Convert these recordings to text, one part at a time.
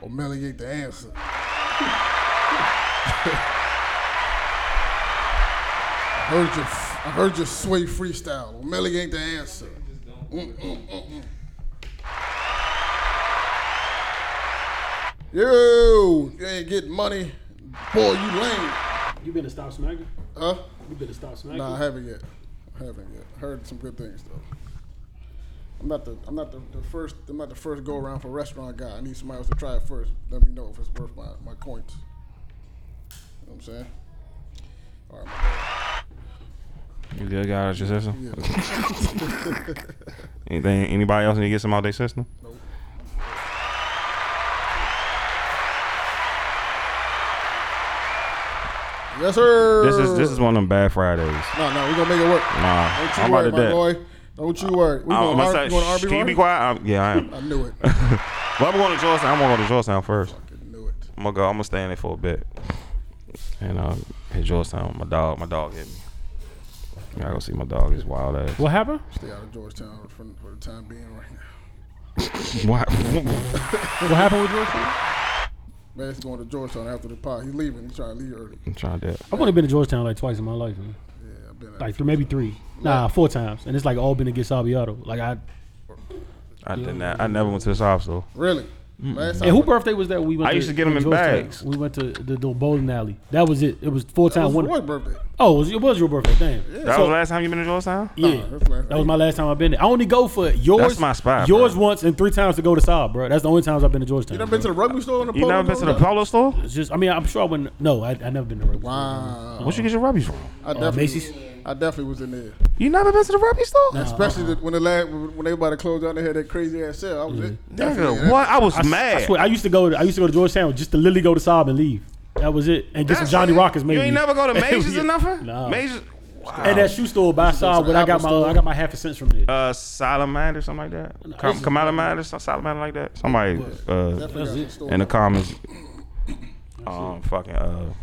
or Meliate the answer. I heard your, I heard your sway freestyle. O'Malley ain't the answer. Mm, mm, mm, mm. Yo, you ain't getting money. Boy, you lame. You better stop smacking. Huh? You better stop smacking. Nah, I haven't yet. I haven't yet. Heard some good things though. I'm not the I'm not the, the first I'm not the first go around for restaurant guy. I need somebody else to try it first. Let me know if it's worth my, my coins. You know what I'm saying? All right, my bad. You good, guy? Out your system? Yeah. Anything? Anybody else need to get some out their system? Nope. Yes, sir. This is this is one of them bad Fridays. No, no, we're gonna make it work. Nah, Don't you I'm worry, about my to dip. boy. Don't you worry. We I'm going R- about to you say, going shh, RB Can you be quiet? I'm- yeah, I am. I knew it. Well, I'm going to Georgetown. I'm going to go to Georgetown first. Fucking knew it. I'm gonna go. I'm gonna stay in it for a bit, and uh, hit Georgetown. with My dog. My dog hit me. I gotta go see my dog. His wild ass. What happened? Stay out of Georgetown for, for the time being right now. What? What happened with Georgetown? Man, he's going to Georgetown after the pod. He's leaving. He's trying to leave early. I'm trying to. dip. I've only been to Georgetown like twice in my life, man. Yeah, I've been. Like three, maybe three. Nah, four times, and it's like all been against Sabiato. Like I, I did not. I never went to the shop store. Really? Last and who birthday was that? We went. I to- used to get 'em in Georgetown? bags. We went to the, the bowling alley. That was it. It was four that times. was One. Roy's birthday. Oh, it was, it was your birthday. Damn. That So- was the last time you been to Georgetown. Yeah. Nah, that's last- that was my last time I've been there. I only go for yours. That's my spot, Yours bro. once and three times to go to Saab, bro. That's the only times I've been to Georgetown. You never been to the rugby store in the You polo never been to the grounds? polo store? It's just, I mean, I'm sure I wouldn't. No, I, I never been to. Rutgers. Wow. What you get your rubbies from? I definitely, Macy's? I definitely was in there. You never been to the rubbies store? Especially the, when the last, when everybody closed out, they had that crazy ass sale. I was Mm-hmm. it. definitely in Nigga, that. what? I was I, mad. I swear, I used to go. To, I used to go to Georgetown just to literally go to Saab and leave. That was it, and get some That's Johnny it. Rockets. Maybe You ain't never go to Majors Yeah. or nothing? Nah. Majors. Wow. And that shoe store by side, to but the I got Apple my store. I got my half a cent from there. uh, Salamander or something like that. Com- Kamalaman or some- Salamander like that. Somebody uh, Definitely got some store. in the comments. Um, fucking. Uh,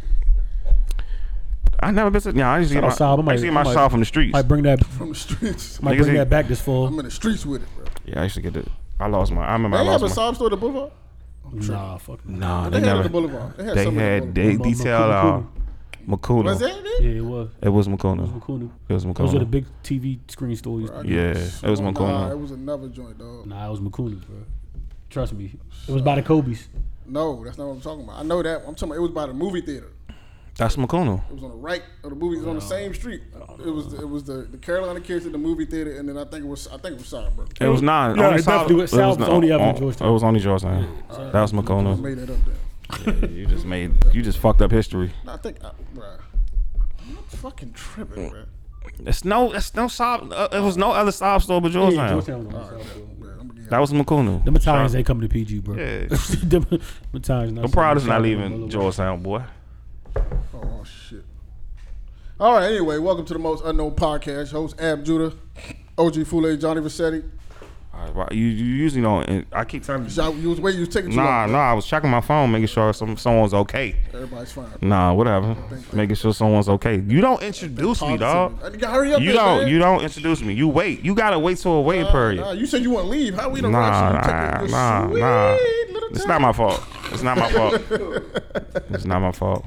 I never been to. Nah, I used to get Oh, my, Saab, I I might- used to get I my might- shop from the streets. might bring that from the streets. might Niggas bring ain't- that back this fall. I'm in the streets with it, bro. yeah, I used to get it. I lost my. I remember I They have lost a my. sob store at the Boulevard. Nah, fuck. no. They nah, they, had it never. at the Boulevard. They had they something at the had they Boulevard. detail uh, Makuna. Was that it? Yeah, it was. It was It was Makuna. Makunu. It was Those were the Makuna. big TV screen stories. Yeah, it was Oh, Nah, it Makuna. was another joint, dog. Nah, it was Makunu, bro. Trust me, it was by the Kobe's. No, that's not what I'm talking about. I know that. I'm talking about it was by the movie theater. That's Makuna. It was on the right of the movie. It was on the same street. Oh, It was it was the, the Carolina kids at the movie theater, and then I think it was I think it was Cyber. It was not. Yeah, only it South, definitely was- South was no- only up in on- Georgetown. It was only Georgetown. That was I Makona. made that up there. you just made. You just fucked up history. No, I think, I, bruh. I'm not fucking tripping, Mm. bruh. It's no. It's no sob. Uh, it was no other sob store but Georgetown. Yeah, Georgetown was on the south. bruh I'm gonna get That was Makuna. Them Italians ain't coming to PG, bro. Yeah. Them Italians not. I'm proud it's not South leaving Boulevard. Georgetown, boy. oh, oh, shit. All right. Anyway, welcome to the most unknown podcast. Host Ab Judah, OG Fule, Johnny Vassetti. All right, well, You, you usually don't. and I keep telling you. You was waiting. You was taking too Nah, long. nah. I was checking my phone, making sure some someone's okay. Everybody's fine. Nah, whatever. Making sure someone's okay. You don't introduce me, dog. Positive. You gotta hurry up. You man, don't. man. You don't introduce me. You wait. You gotta wait till a waiting period. Nah, you said you want to leave. How we don't Nah, rush you? You nah, taking your nah, sweet nah. little It's time. not my fault. It's not my fault. It's not my fault.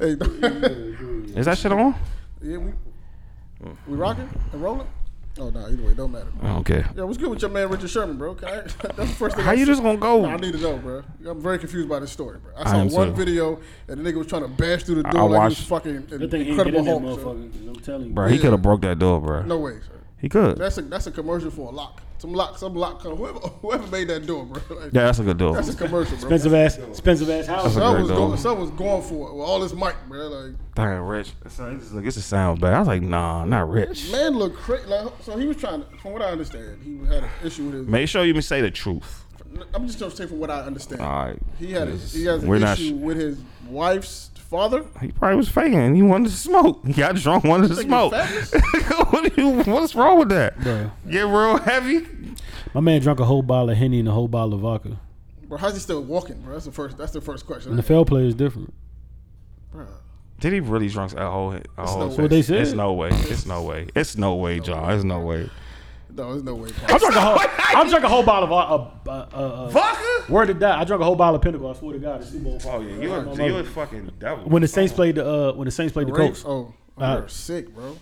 Hey, Is that shit on? yeah, we we rocking and rolling. Oh no, either way, don't matter. I don't care. Yeah, what's good with your man Richard Sherman, bro? Can I, that's the first thing. How I you see. just gonna go? Nah, I need to know, bro. I'm very confused by this story, bro. I I saw am one too. video and the nigga was trying to bash through the door I like he was watched- fucking an That thing ain't get incredible in that Hulk. sir. motherfucker. I'm telling you. Bro, he could have broke that door, bro. No way, sir. He could. Yeah, That's a that's a commercial for a lock. Some lock, some lock. Whoever whoever made that door, bro. Like, that's a good door. That's a commercial, bro. Expensive ass, expensive ass house. That's a Some great was, door. going, some was going for it with all his mic, bro. Like, Dang, Rich. It's a, it's a, it's a sound bad. I was like, nah, not Rich. man look crazy. Like, so he was trying to, from what I understand, he had an issue with his. Make sure you even say the truth. I'm just gonna say from what I understand. All right. He had a, Yes. he has an We're not issue sh- with his wife's father. He probably was faking. and He wanted to smoke. He got drunk, wanted to Think he smoke. what do you, what's wrong with that? Bro. Get real heavy. My man drank a whole bottle of henny and a whole bottle of vodka. Bro, how's he still walking, bro? That's the first. That's the first question. And the NFL play is different. Bro, Did he really drunk a whole? A whole no thing? way. What they said. It's no way. It's no way. It's no way, John. It's no way. No, there's no way. I drank a whole. I drank a whole bottle of uh, uh, uh, uh, Vodka? Where did that? I drank a whole bottle of Pinnacle. I swear to God, the Super Bowl. Oh yeah, you're I a, love you're a it. fucking devil. When the Saints played the uh, when the Saints played the Colts, Grapes? Oh, oh Uh, you're sick, bro.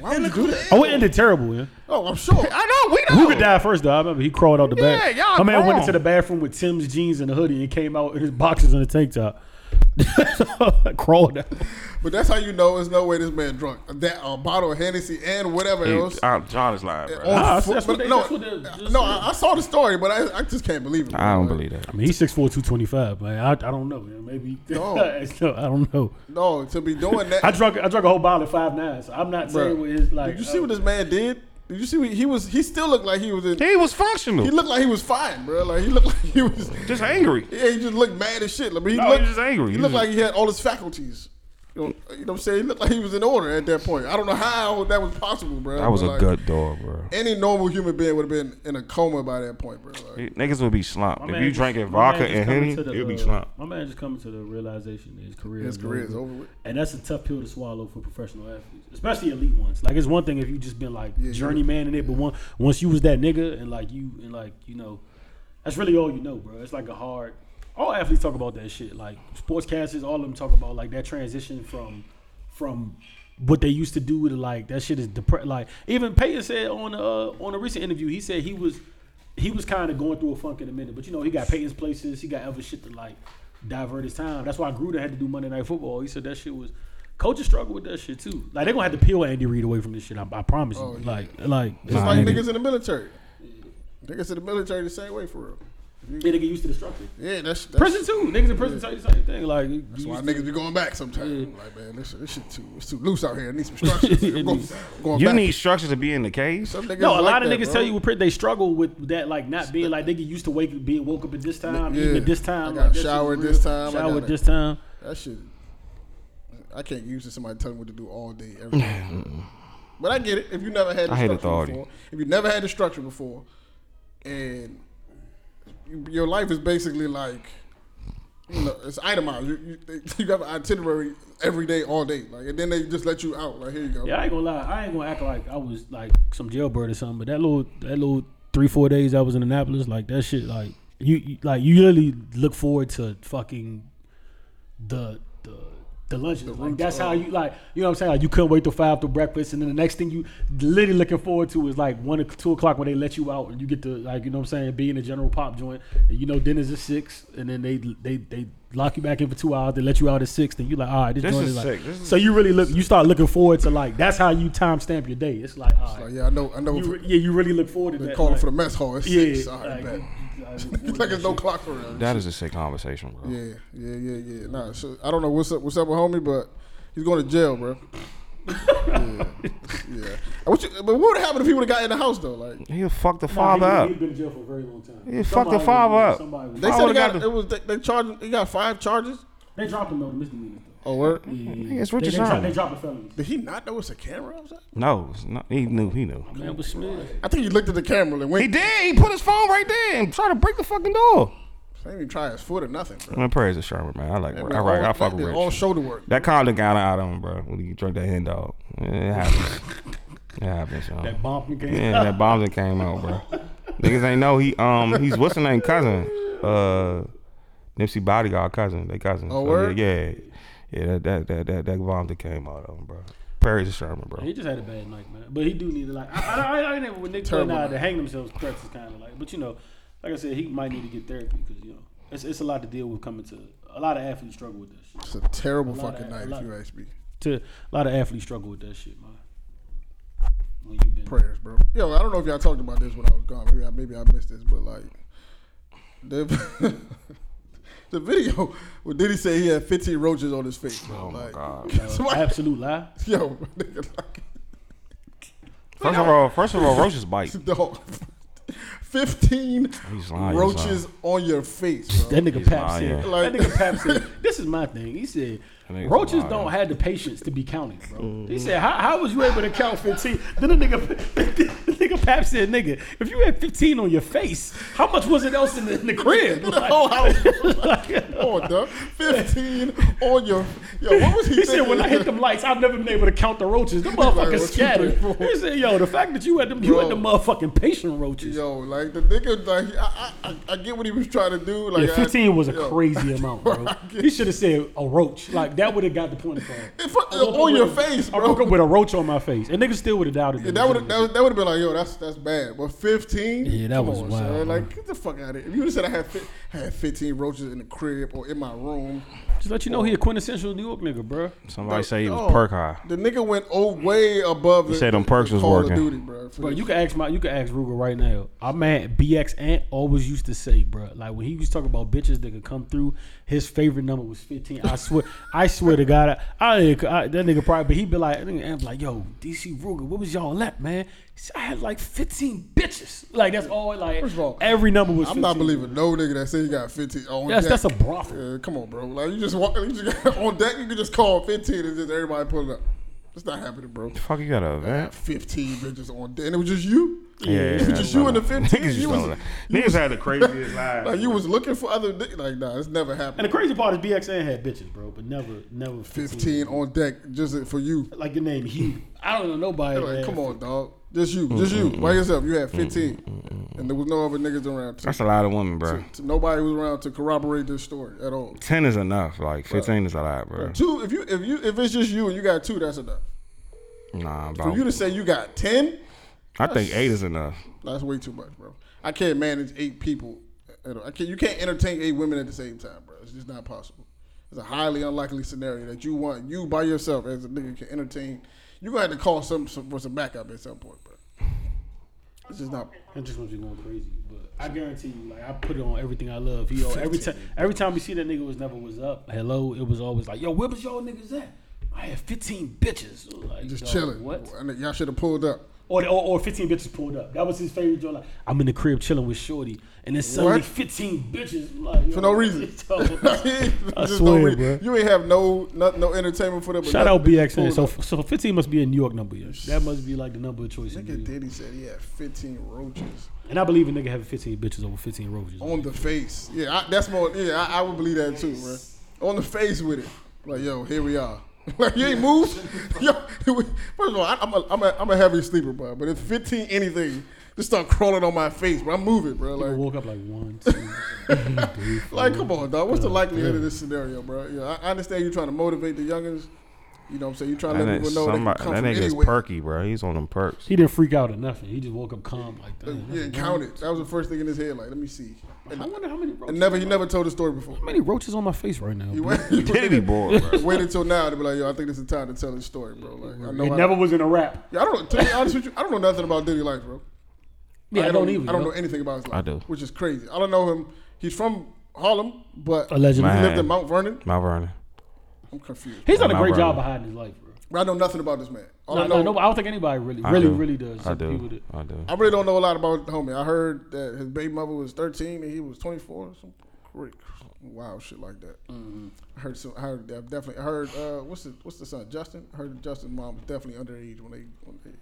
Why would you do that? oh, it ended terrible. Yeah. Oh, I'm sure. I know we know. Who could die first though? I remember he crawled out the back. Oh. Yeah, y'all My man grown. went into the bathroom with Tim's jeans and a hoodie and came out in his boxes and a tank top. crawled out. But that's how you know there's no way this man drunk that a bottle of Hennessy and whatever Hey, else. uh, John is lying, on bro. that's- foot- Ah, that's what but they- no, that's what they just no, said. I, I saw the story, but I, I just can't believe it. I don't Like, believe that. I mean, he's 6'4", 225, man. I, I don't know. man. Maybe No. So, I don't know. No, to be doing that. I drunk I drunk a whole bottle of five nine. So I'm not Bruh, saying what his like. did you see uh, what this man did? Did you see what he was? He still looked like he was in. He was functional. He looked like he was fine, bro. Like he looked like he was. just angry. Yeah, he just looked mad as shit. Like, but he No, he looked was just angry. He He looked was- like he had all his faculties. You know, you know what I'm saying? He looked like he was in order at that point. I don't know how that was possible, bro. That was but, a like, good dog, bro. Any normal human being would have been in a coma by that point, bro. Like, Niggas would be slumped. my If man you just- drinking my man vodka just and coming Henny, to the, you'll be uh, slumped. My man just coming to the realization that his career his career is over with. And that's a tough pill to swallow for professional athletes, especially elite ones. Like it's one thing if you just been like Yeah, journeyman in it, but one, once you was that nigga and like you and like you know, that's really all you know, bro. It's like a hard. All athletes talk about that shit. Like sportscasters, all of them talk about like that transition from from what they used to do to like that shit is depressed. Like even Payton said on uh on a recent interview, he said he was he was kind of going through a funk in a minute, but you know he got Payton's places, he got other shit to like divert his time. That's why Gruden had to do Monday Night Football. He said that shit was coaches struggle with that shit too. Like they're gonna have to peel Andy Reid away from this shit. I, I promise you. Oh, yeah. Like like Just Nah, like nigga. niggas in the military. Niggas in the military the same way for real. they get used to the structure. Yeah, that's, that's Prison too. Niggas in prison tell you the same thing. Like you That's used why to- niggas be going back sometimes. Like, man, this shit, this shit too, it's too loose out here. I need some structure. I'm going, going You back. need structure to be in the cage. Some niggas No, a like lot of that, niggas bro. tell you with print they struggle with that, like not being like they get used to wake being woke up at this time, Yeah. eating at this time, I like, got that shit showered was real. this time, I showered gotta- this time. That shit. I can't use it. Somebody telling me what to do all day, every day. but I get it. If you never had the I hate structure authority. before, if you never had the structure before, and you- your life is basically like, you know, it's itemized. You, you, they, you have an itinerary every day, all day. Like, and then they just let you out. Like, here you go. Yeah, I ain't gonna lie, I ain't gonna act like I was like some jailbird or something. But that little that little three four days I was in Annapolis, like that shit, like you you- like you really look forward to fucking the the the lunches. like that's how you like you know what I'm saying. Like you couldn't wait till five till breakfast, and then the next thing you literally looking forward to is like one or two o'clock when they let you out and you get to like you know what I'm saying be in a general pop joint. And you know dinner's at six, and then they they they lock you back in for two hours. They let you out at six, then you like all right, this, This joint is is like. sick. This is so you really look you start looking forward to like that's how you timestamp your day. It's like all Like, right, yeah, I know. I know. you, re- yeah you really look forward to They that. calling like, for the mess hall. It's yeah, six. All right, like, bet. you- like, It's like there's no clock around. That is a sick conversation, bro. Yeah, yeah, yeah, yeah. Nah, so I don't know what's up. What's up with homie? But he's going to jail, bro. yeah, yeah. I wish you, but what would happen if he would have got in the house though? Like He'll fuck the Nah, he- father up. He been in jail for a very long time. Yeah, fuck Somebody the was- father up. somebody was- they I said, he would've got got the- it was they, they charged. He got five charges. They dropped him though, the misdemeanors though. Oh, word. Nigga, it's They, they, Richard dropped, they Sherman. dropped the felonies. Did he not know it's a camera outside? No, it's not, he knew. He knew. Man, was Smith. I think he looked at the camera and went. He did. He put his phone right there and tried to break the fucking door. They didn't even try his foot or nothing, bro. Man, praise to Sherman, man. I like. That All did right, all- I fuck that with did All Rich. shoulder work. That car look out out on him, bro. When he drank that hen dog, it happens. it happens, y'all. That bomb again. Yeah, that bomb that came out, bro. Niggas ain't know he um he's what's his name cousin uh Nipsey Bodyguard cousin they cousin. Oh, So, word? Yeah, yeah, yeah. That that that that, that bomb that came out of him, bro. Praise to Sherman, bro. He just had a bad night, man. But he do need to like. I, I, I, I never when they play Terrible now night. to hang themselves threats is kind of like. But you know, like I said, he might need to get therapy because you know it's it's a lot to deal with coming to. A lot of athletes struggle with that shit. It's a terrible lot of fucking that- night, a lot if you of- ask me. To a lot of athletes struggle with that shit, man. When you been prayers, bro. Yo, I don't know if y'all talked about this when I was gone. Maybe I maybe I missed this, but like the the video where Diddy say he had 15 roaches on his face. Bro. Oh my like, God. somebody- absolute lie. yo, nigga, like, First of all, first of all, roaches bite. dog, 15 He's lying, he's roaches on your face, bro. That nigga Pap said. Like- lying. that nigga Pap said. This is my thing. He said That nigga's roaches lying. don't Mm. have the patience to be counted, bro. He said, how, how was you able to count fifteen? Then the nigga nigga Pap said, nigga, if you had 15 on your face, how much was it else in the, in the crib? The whole house. Like- on the 15 on your. Yo, what was he, He thinking? said, "When I hit them lights, I've never been able to count the roaches. Them Like, one, motherfuckers two, scattered." three, four. He said, "Yo, the fact that you had them, you Bro. had them motherfucking patient roaches. Yo, like the nigga, like I, I, I- I get what he was trying to do. Like yeah, fifteen was a yo. crazy amount, bro. he should have said a roach. Like that would have got the point across. If I- I woke up on your with- face, I woke bro. up with a roach on my face, and niggas still would have doubted Yeah, me. that would that would have been like, yo, that's that's bad. But fifteen, Yeah, that Come was on, wild, son. bro. Like, get the fuck out of here. If you would've said I had fi- had fifteen roaches in the crib or in my room, Just let you know, he a quintessential New York nigga, bro. Somebody No, say he was dog. perk high. the nigga went oh way above. The, said them perks the was Call of working. Duty, bro. for Bro, this. you can ask my, you can ask Ruger right now. Our man BX Ant always used to say, bro, like when he was talking about bitches that could come through, his favorite number was fifteen. I swear, I swear to God, I, I, I- that nigga probably, but he'd be like, that nigga Ant be like, yo, DC Ruger, what was y'all at, man? He said, I had like fifteen bitches. Like that's all. Like First of all, every number was. I'm not 15. believing no nigga that say he got fifteen on That's deck. that's a brothel. Yeah, come on, bro. Like you just walk, you just got, on deck. You can just call fifteen and just everybody pull up. That's not happening, bro. The fuck you got a event? Fifteen bitches on deck, and it was just you. Yeah, yeah, it was yeah, just no, you and no. the fifteen. Niggas just You don't was, like- Niggas had the craziest lives. like you was looking for other niggas. Like nah, it's never And happened. the crazy part is BX Ant had bitches, bro, but never, never Fifteen on deck just for you. Like your name, Hugh. I don't know nobody. Like, man. come on, dog. Just you, just you, by yourself. You had 15, and there was no other niggas around. To, That's a lot of women, bro. to- nobody was around to corroborate this story at all. Ten is enough. Like fifteen is a lot, bro. Two, if you if you if it's just you and you got two, that's enough. Nah, For you bro. to say you got ten, I think eight is enough. that's way too much, bro. I can't manage eight people. At all. I can't. You can't entertain eight women at the same time, bro. It's just not possible. It's a highly unlikely scenario that you want you by yourself as a nigga can entertain. You are gonna have to call some, some for some backup at some point, bro. It's just not. That just was going crazy. But I guarantee you, like I put it on everything I love. Yo, every time every time we see that nigga was never was up. Hello, it was always like, yo, where was y'all niggas at? I had 15 bitches. Like, Just dog, chilling. What? And y'all should have pulled up. Or, or, or 15 bitches pulled up. That was his favorite joke. Like, I'm in the crib chilling with Shorty, and then suddenly What? 15 bitches. Like, for no reason. I Just swear, reason. bro. You ain't have no no, no entertainment for them. but Shout nothing. out They just BX. So, pulled so 15 must be a New York number. Yeah. That must be like the number of choice. in up. New nigga York. Diddy said he had 15 roaches And I believe a nigga having 15 bitches over 15 roaches. on the face. Yeah, I, that's more. Yeah, I, I would believe that too, bro. On the face with it. Like, yo, here we are. Like you ain't moved. Yo, first of all, I, I'm a, I'm a I'm a heavy sleeper, bro. But if 15 anything, just start crawling on my face, bro. I'm moving, bro. Nigga Like woke up like one, two, three, four. Like, come on, dog. What's the likelihood of this scenario, bro? You know, I I understand you're trying to motivate the youngins. You know what I'm saying? You're trying to That let nigga, people know they somebody, can come that from nigga's anywhere. perky, bro. He's on them perks. He didn't freak out or nothing. He just woke up calm like that. Uh, Yeah, count it. That was the first thing in his head. Like, let me see. I wonder how many roaches. And never, he never told the story before. How many roaches on my face right now? He bro? waited, he Diddy waited, boy, bro. waited till now to be like, yo, I think this is time to tell his story, bro. Like, I know. it I, never was in a rap. yeah, I don't. To be honest with you, I don't know nothing about Diddy life, bro. Yeah, I, don't, even. I don't know yo. anything about his life. I do. Which is crazy. I don't know him. He's from Harlem, but Allegedly, he Man. lived in Mount Vernon. Mount Vernon. I'm confused. he's done a My great brother. job of hiding his life, bro. But I know nothing about this man. All No, Oh, I no, know, no, I don't think anybody really, I really, do. really does. I Some people do. that- I do. I really don't know a lot about the homie. I heard that his baby mother was 13 and he was 24. Some great, wild shit like that. Mm-hmm. I heard some. I heard I definitely. I heard uh, what's the what's the son Justin. I heard Justin's mom was definitely underage when they when they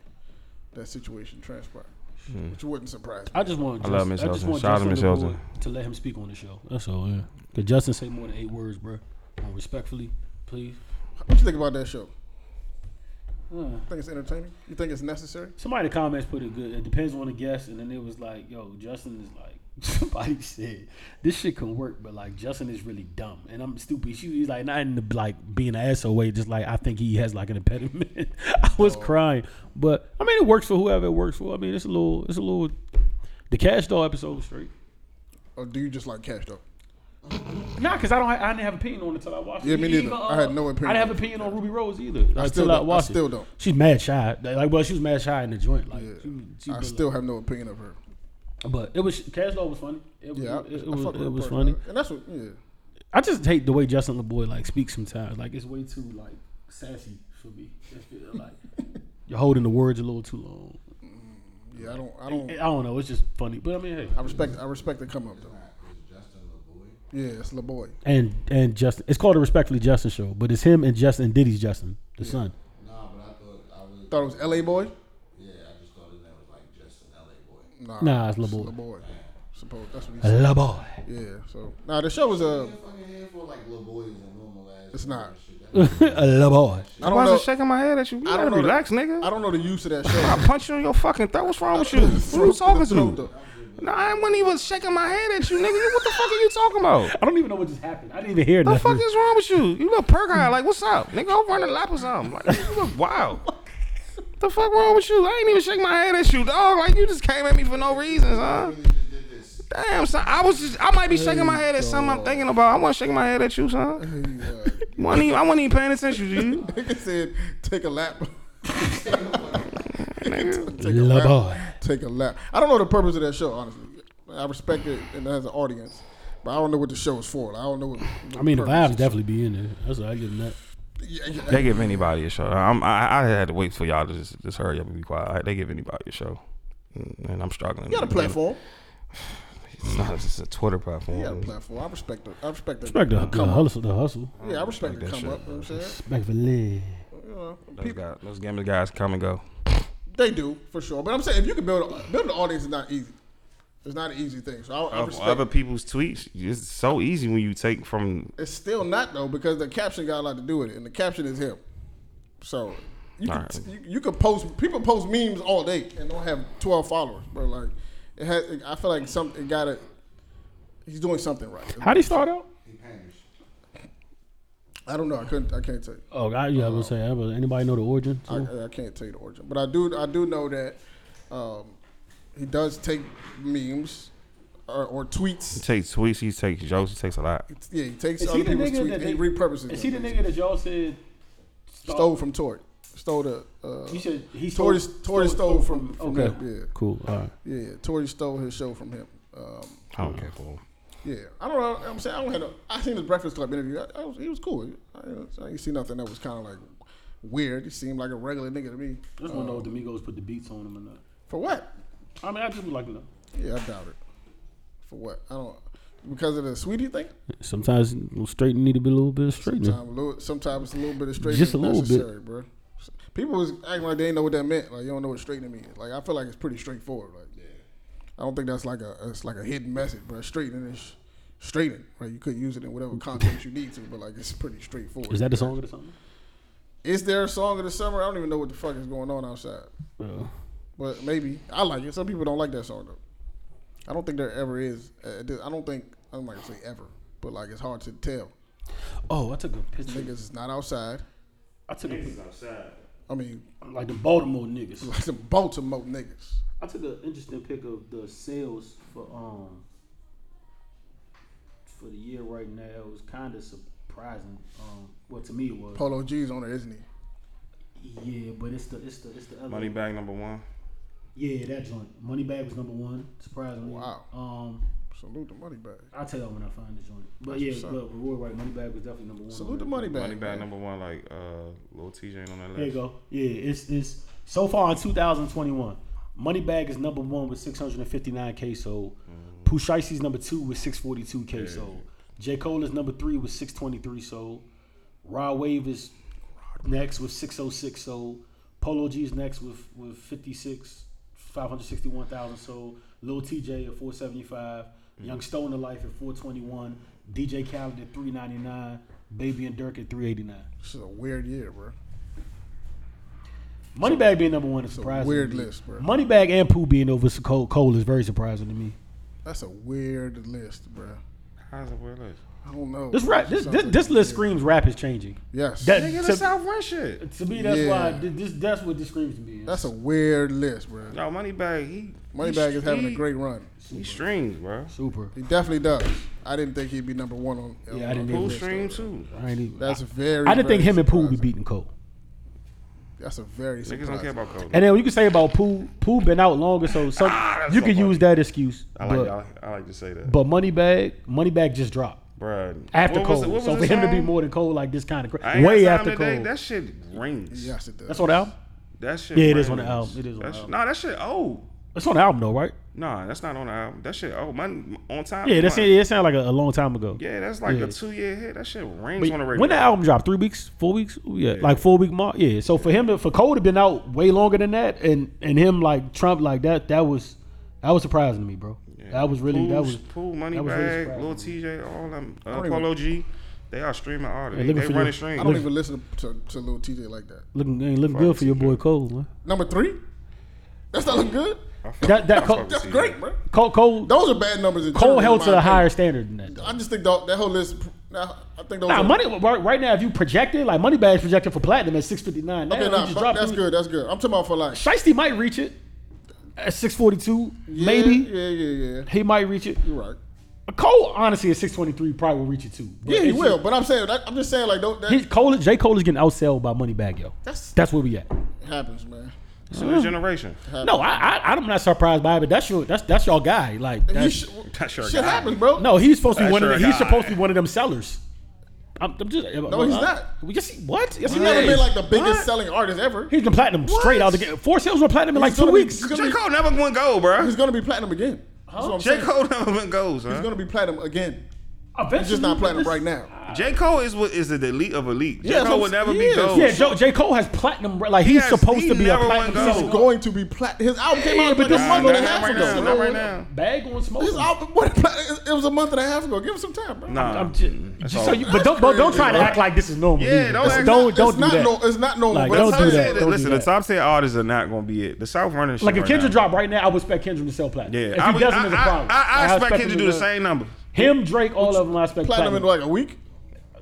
that situation transpired, Hmm. which wouldn't surprise me. I just want. I Justin, love Miss I just Elton. want Shout out to Justin Miss LeBoy Elton. to let him speak on the show. That's all. Yeah. Could Justin say more than eight words, bro? Uh, Respectfully, please. What you think about that show? Uh. You think it's entertaining? You think it's necessary? Somebody in the comments put it good. It depends on the guest, and then it was like, "Yo, Justin is like." Somebody said this shit can work, but like Justin is really dumb, and I'm stupid. She, he's like not in the like being an asshole way, just like I think he has like an impediment. I was crying, but I mean it works for whoever it works for. I mean it's a little, it's a little. The Cash Doll episode was straight. Or do you just like cash though? Nah, cause I don't, I didn't have opinion on it until I watched Yeah, it. me neither. I had no opinion I didn't on have it. opinion on Ruby Rose either. until still I don't. I watched still it. don't. She's mad shy. Like, well, she was mad shy in the joint. Like, she, she I was still have no opinion of her. But it was Cash Law was funny. It, was- Yeah, I, it, it I was, fuck with it her was personally. funny. And that's what. Yeah. I just hate the way Justin LeBoy like speaks sometimes. Like it's way too like sassy for me. It feel Like you're holding the words a little too long. Yeah. I don't. I I don't. don't know. It's just funny. But I mean, hey. I respect. I respect the come up though. Yeah, it's LaBoy. And and Justin, it's called the Respectfully Justin Show, but it's him and Justin and Diddy's Justin, the son. Nah, but I thought I was. Thought it was L.A. boy. Yeah, I just thought his name was like Justin. Nah, Nah, it's Lil Boy. Boy. Suppose that's what he said. La boy. Yeah. So nah, the show was uh, fucking head for like little boys and normal ass. It's not. shit. That's- La boy. I Why don't is know. it shaking my head at you? You I don't gotta know relax, the, nigga. I I don't know the use of that show. will punch you in your fucking throat. What's wrong with you? Who you talking Throat, to? though. No, I wasn't even shaking my head at you, nigga. What the fuck are you talking about? I don't even know what just happened. I didn't even hear The fuck nothing. is wrong with you? You look perk eye. Like, what's up? Nigga, I'll run a lap or something. Like, nigga, you look wild. The fuck wrong with you? I ain't even shake my head at you, dog. Like, you just came at me for no reason, huh? Really just did this. Damn, son. I was just, I might be shaking my head at something I'm thinking about. I wasn't shaking my head at you, son. He, Wasn't even, I wasn't even paying attention to you. uh, nigga said, take a lap. Nigga. take a La lap. boy. Take a lap. I don't know the purpose of that show, honestly. I respect it and it has an audience, but I don't know what the show is for. I don't know what. what I mean, the purpose vibes definitely be in there. That's what I get in that. is. Yeah, yeah. They give anybody a show. I'm, I, I had to wait for y'all to just, just hurry up and be quiet. I, they give anybody a show. Mm, And I'm struggling. You got a platform. It's not just a Twitter platform. You got a platform. I respect it. I respect it. Respect the, the hustle. The hustle. Yeah, I respect the Like come that shit, up. You know what I'm saying? Respect the lead. You know, Those, people, guys, those gamers guys come and go. they do for sure. But I'm saying if you can build a, build an audience is not easy. It's not an easy thing. So I, I Of respect. other people's tweets, it's so easy when you take from. It's still not though because the caption got a lot to do with it, and the caption is him. So you can, Alright. you, you can post people post memes all day and don't have twelve followers, but like it has. I feel like some it got it. He's doing something right. How'd he start out? He panished. I don't know. I couldn't. I can't tell you. Oh, I, yeah, I was saying. I was- Anybody know the origin? I, I can't tell you the origin, but I do. I do know that um, he does take memes or, or He tweets. takes tweets, he takes jokes, he takes a lot. Yeah, he takes Is he other the people's nigga tweets that and he they- repurposes. Is he the them. nigga that y'all said Stole from Tory. Stole the. Uh, You said he stole. Tory, Tory stole from, from okay. him. Yeah. Cool. All right. Yeah, yeah. Tory stole his show from him. Um, I don't care for him. yeah, I don't know. I'm saying I don't have. No, I seen his Breakfast Club interview. I, I was, he was cool. I, didn't- I didn't see nothing that was kind of like weird. He seemed like a regular nigga to me. I just want to know if the Migos put the beats on him or not. For what? I mean, I just would like to know. Yeah, I doubt it. For what? I don't. Because of the sweetie thing. Sometimes straighten need to be a little bit of straightening. Sometimes a little, sometimes a little bit of straightening Just Just a little bit. necessary, bro. People was acting like they didn't know what that meant. Like you don't know what straightening means. Like I feel like it's pretty straightforward. Like I don't think that's like a it's like a hidden message, bro. Straightening is straightening. Right? You could use it in whatever context you need to, but like it's pretty straightforward. Is that the song or something? Is there a song of the summer? I don't even know what the fuck is going on outside. But maybe I like it. Some people don't like that song though. I don't think there ever is. uh, I don't think I'm not gonna say ever, but like it's hard to tell. Oh, I took a picture. Niggas is not outside. I took a picture. I mean, Like the Baltimore niggas. like the Baltimore niggas. I took an interesting pic of the sales for um for the year right now. It was kind of surprising. Um, well, to me it was. Polo G's on there, isn't he? Yeah, but it's the it's the it's the other Money bag number one. Yeah, that joint. Moneybag was number one. Surprisingly. Wow. Um, Salute the money bag. I'll tell y'all when I find the joint. But That's yeah, what's up. but Roy right, Moneybag was definitely number one. on Salute the that. money bag. Money man. bag number one, like uh, little TJ ain't on that list. There you go. Yeah, it's it's so far in 2021. Moneybag is number one with 659k sold. Pooh Shiesty is number two with 642k sold. J Cole is number three with 623 sold. Rod Wave is next with 606 sold. Polo G is next with with 56 561,000 sold. Lil TJ at 475. Young Stone in Life at 421. DJ Khaled at 399. Baby and Dirk at 389. This is a weird year, bro. Moneybag being number one is a surprising. weird to me. list, bro. Moneybag and Pooh being over Cole, Cole is very surprising to me. That's a weird list, bro. How's it weird list? I don't know. This rap, this this, Something this list weird. screams rap is changing. Yes. That- Nigga, To- the South Run shit. To me, that's Yeah. why thi- this that's what this screams to me. That's a weird list, bro. Yo, Money bag, he Money he bag is having a he- great run. He strings, bro. super. He definitely does. I didn't think he'd be number one on. on I didn't the either. Who list, stream though, bro. too? I, ain't even, That's a very. I didn't think very him and Pooh would be surprising- beating Cole. That's a very. Niggas don't care surprising- about Cole. And then you can say about Pooh, Pooh been out longer, so some Ah, that's you so can funny. use that excuse. I like but, y'all. I like to say that, but Moneybag, Moneybag just dropped Bruh. after What was Cole. it- what was so the for him to be song? more than Cole, like this kind of I cra- ain't got way time after today. Cole. That shit rings. Yes, it does. that's on the album. That shit. Yeah, it is on the rings. album. It is on That the shit- album. Nah, that shit old. It's on the album though, right? Nah, that's not on the album. That shit old. Mine on time. Yeah, that's mine- it. It sounded like a, a long time ago. Yeah, that's like Yeah. a two year hit. That shit rings But on the radio. when the album dropped, three weeks, four weeks, Ooh, yeah, like four week mark, yeah. So for him, to, for Cole to been out way longer than that, and and him like Trump like that, that was That was surprising to me, bro. That was really that Pools- was pool money that was really bag, surprising. Lil TJ, all them, uh, don't even- Polo G. They are streaming artists. Yeah, they looking they for running your- I streams. don't even listen to, to Lil TJ like that. looking ain't looking Fucking good for your boy secure. Cole. Man. Number three? That's not looking good. I fuck- That- that I co- fuck with That's TJ. great, bro. Cole Cole Those are bad numbers. In general, Cole in held my to a opinion. higher standard than that. though. I just think tho- that whole list. Nah, I think those. Nah, are, money right, right now. If you projected like money bag's projected for platinum at six fifty nine, Okay, nah, just fuck- dropped that's it. good. That's good. I'm talking about for like Shiesty might reach it at six forty two, yeah, maybe. Yeah, yeah, yeah. He might reach it. You're right. Cole, honestly, at six twenty three, probably will reach it too. But Yeah, he it's will. just- But I'm saying, that, I'm just saying, like, don't, that He, Cole, J Cole is getting outselled by Moneybag, yo. That's- that's where we at. happens, man. It's a new generation. Uh, No, I, I I'm not surprised by it, but that's your that's that's your guy. Like And You that's, sh- That's your shit guy. happens, bro. no, he's supposed to be That's one of your the, he's guy. supposed to be one of them sellers. I'm, I'm just uh, No, he's not. Yes, he, what? Yes, he's never is. been like the biggest What? selling artist ever. He's been platinum straight out the gate. Four sales were platinum in like He's two gonna be- weeks. he's gonna J be- Cole never went gold, bro. He's gonna be platinum again. That's what I'm J saying. Cole never went gold, He's son. gonna be platinum again. Eventually, He's just not platinum this- right now. J Cole is what is the elite of elite. J Yeah, Cole so would never he be is. gold. Yeah, Joe, J Cole has platinum. Like he's has- supposed he to be a never won platinum. gold. He's seller. going to be plat. His album came Yeah, out but like this a month month and was a not half right ago. now, not right now. Bag on smoke. His album, what, it was a month and a half ago. Give him some time, bro. Nah, I'm just, that's just all. so you, but don't, but don't try to bro. act like this is normal. Yeah, either. don't It's- act- don't, It's don't do not that. No, it's not normal. Like, but don't it's Top do not- that. tier- Don't do Listen, that. the top tier artists are not going to be it. The South running shit. Like if right now. Kendrick dropped right now, I would expect Kendrick to sell platinum. yeah, if I, he would- I, doesn't, it's a I, problem. I, I expect Kendrick to do the does. same number. Him, Drake, all of them. I expect platinum in like platinum. a week.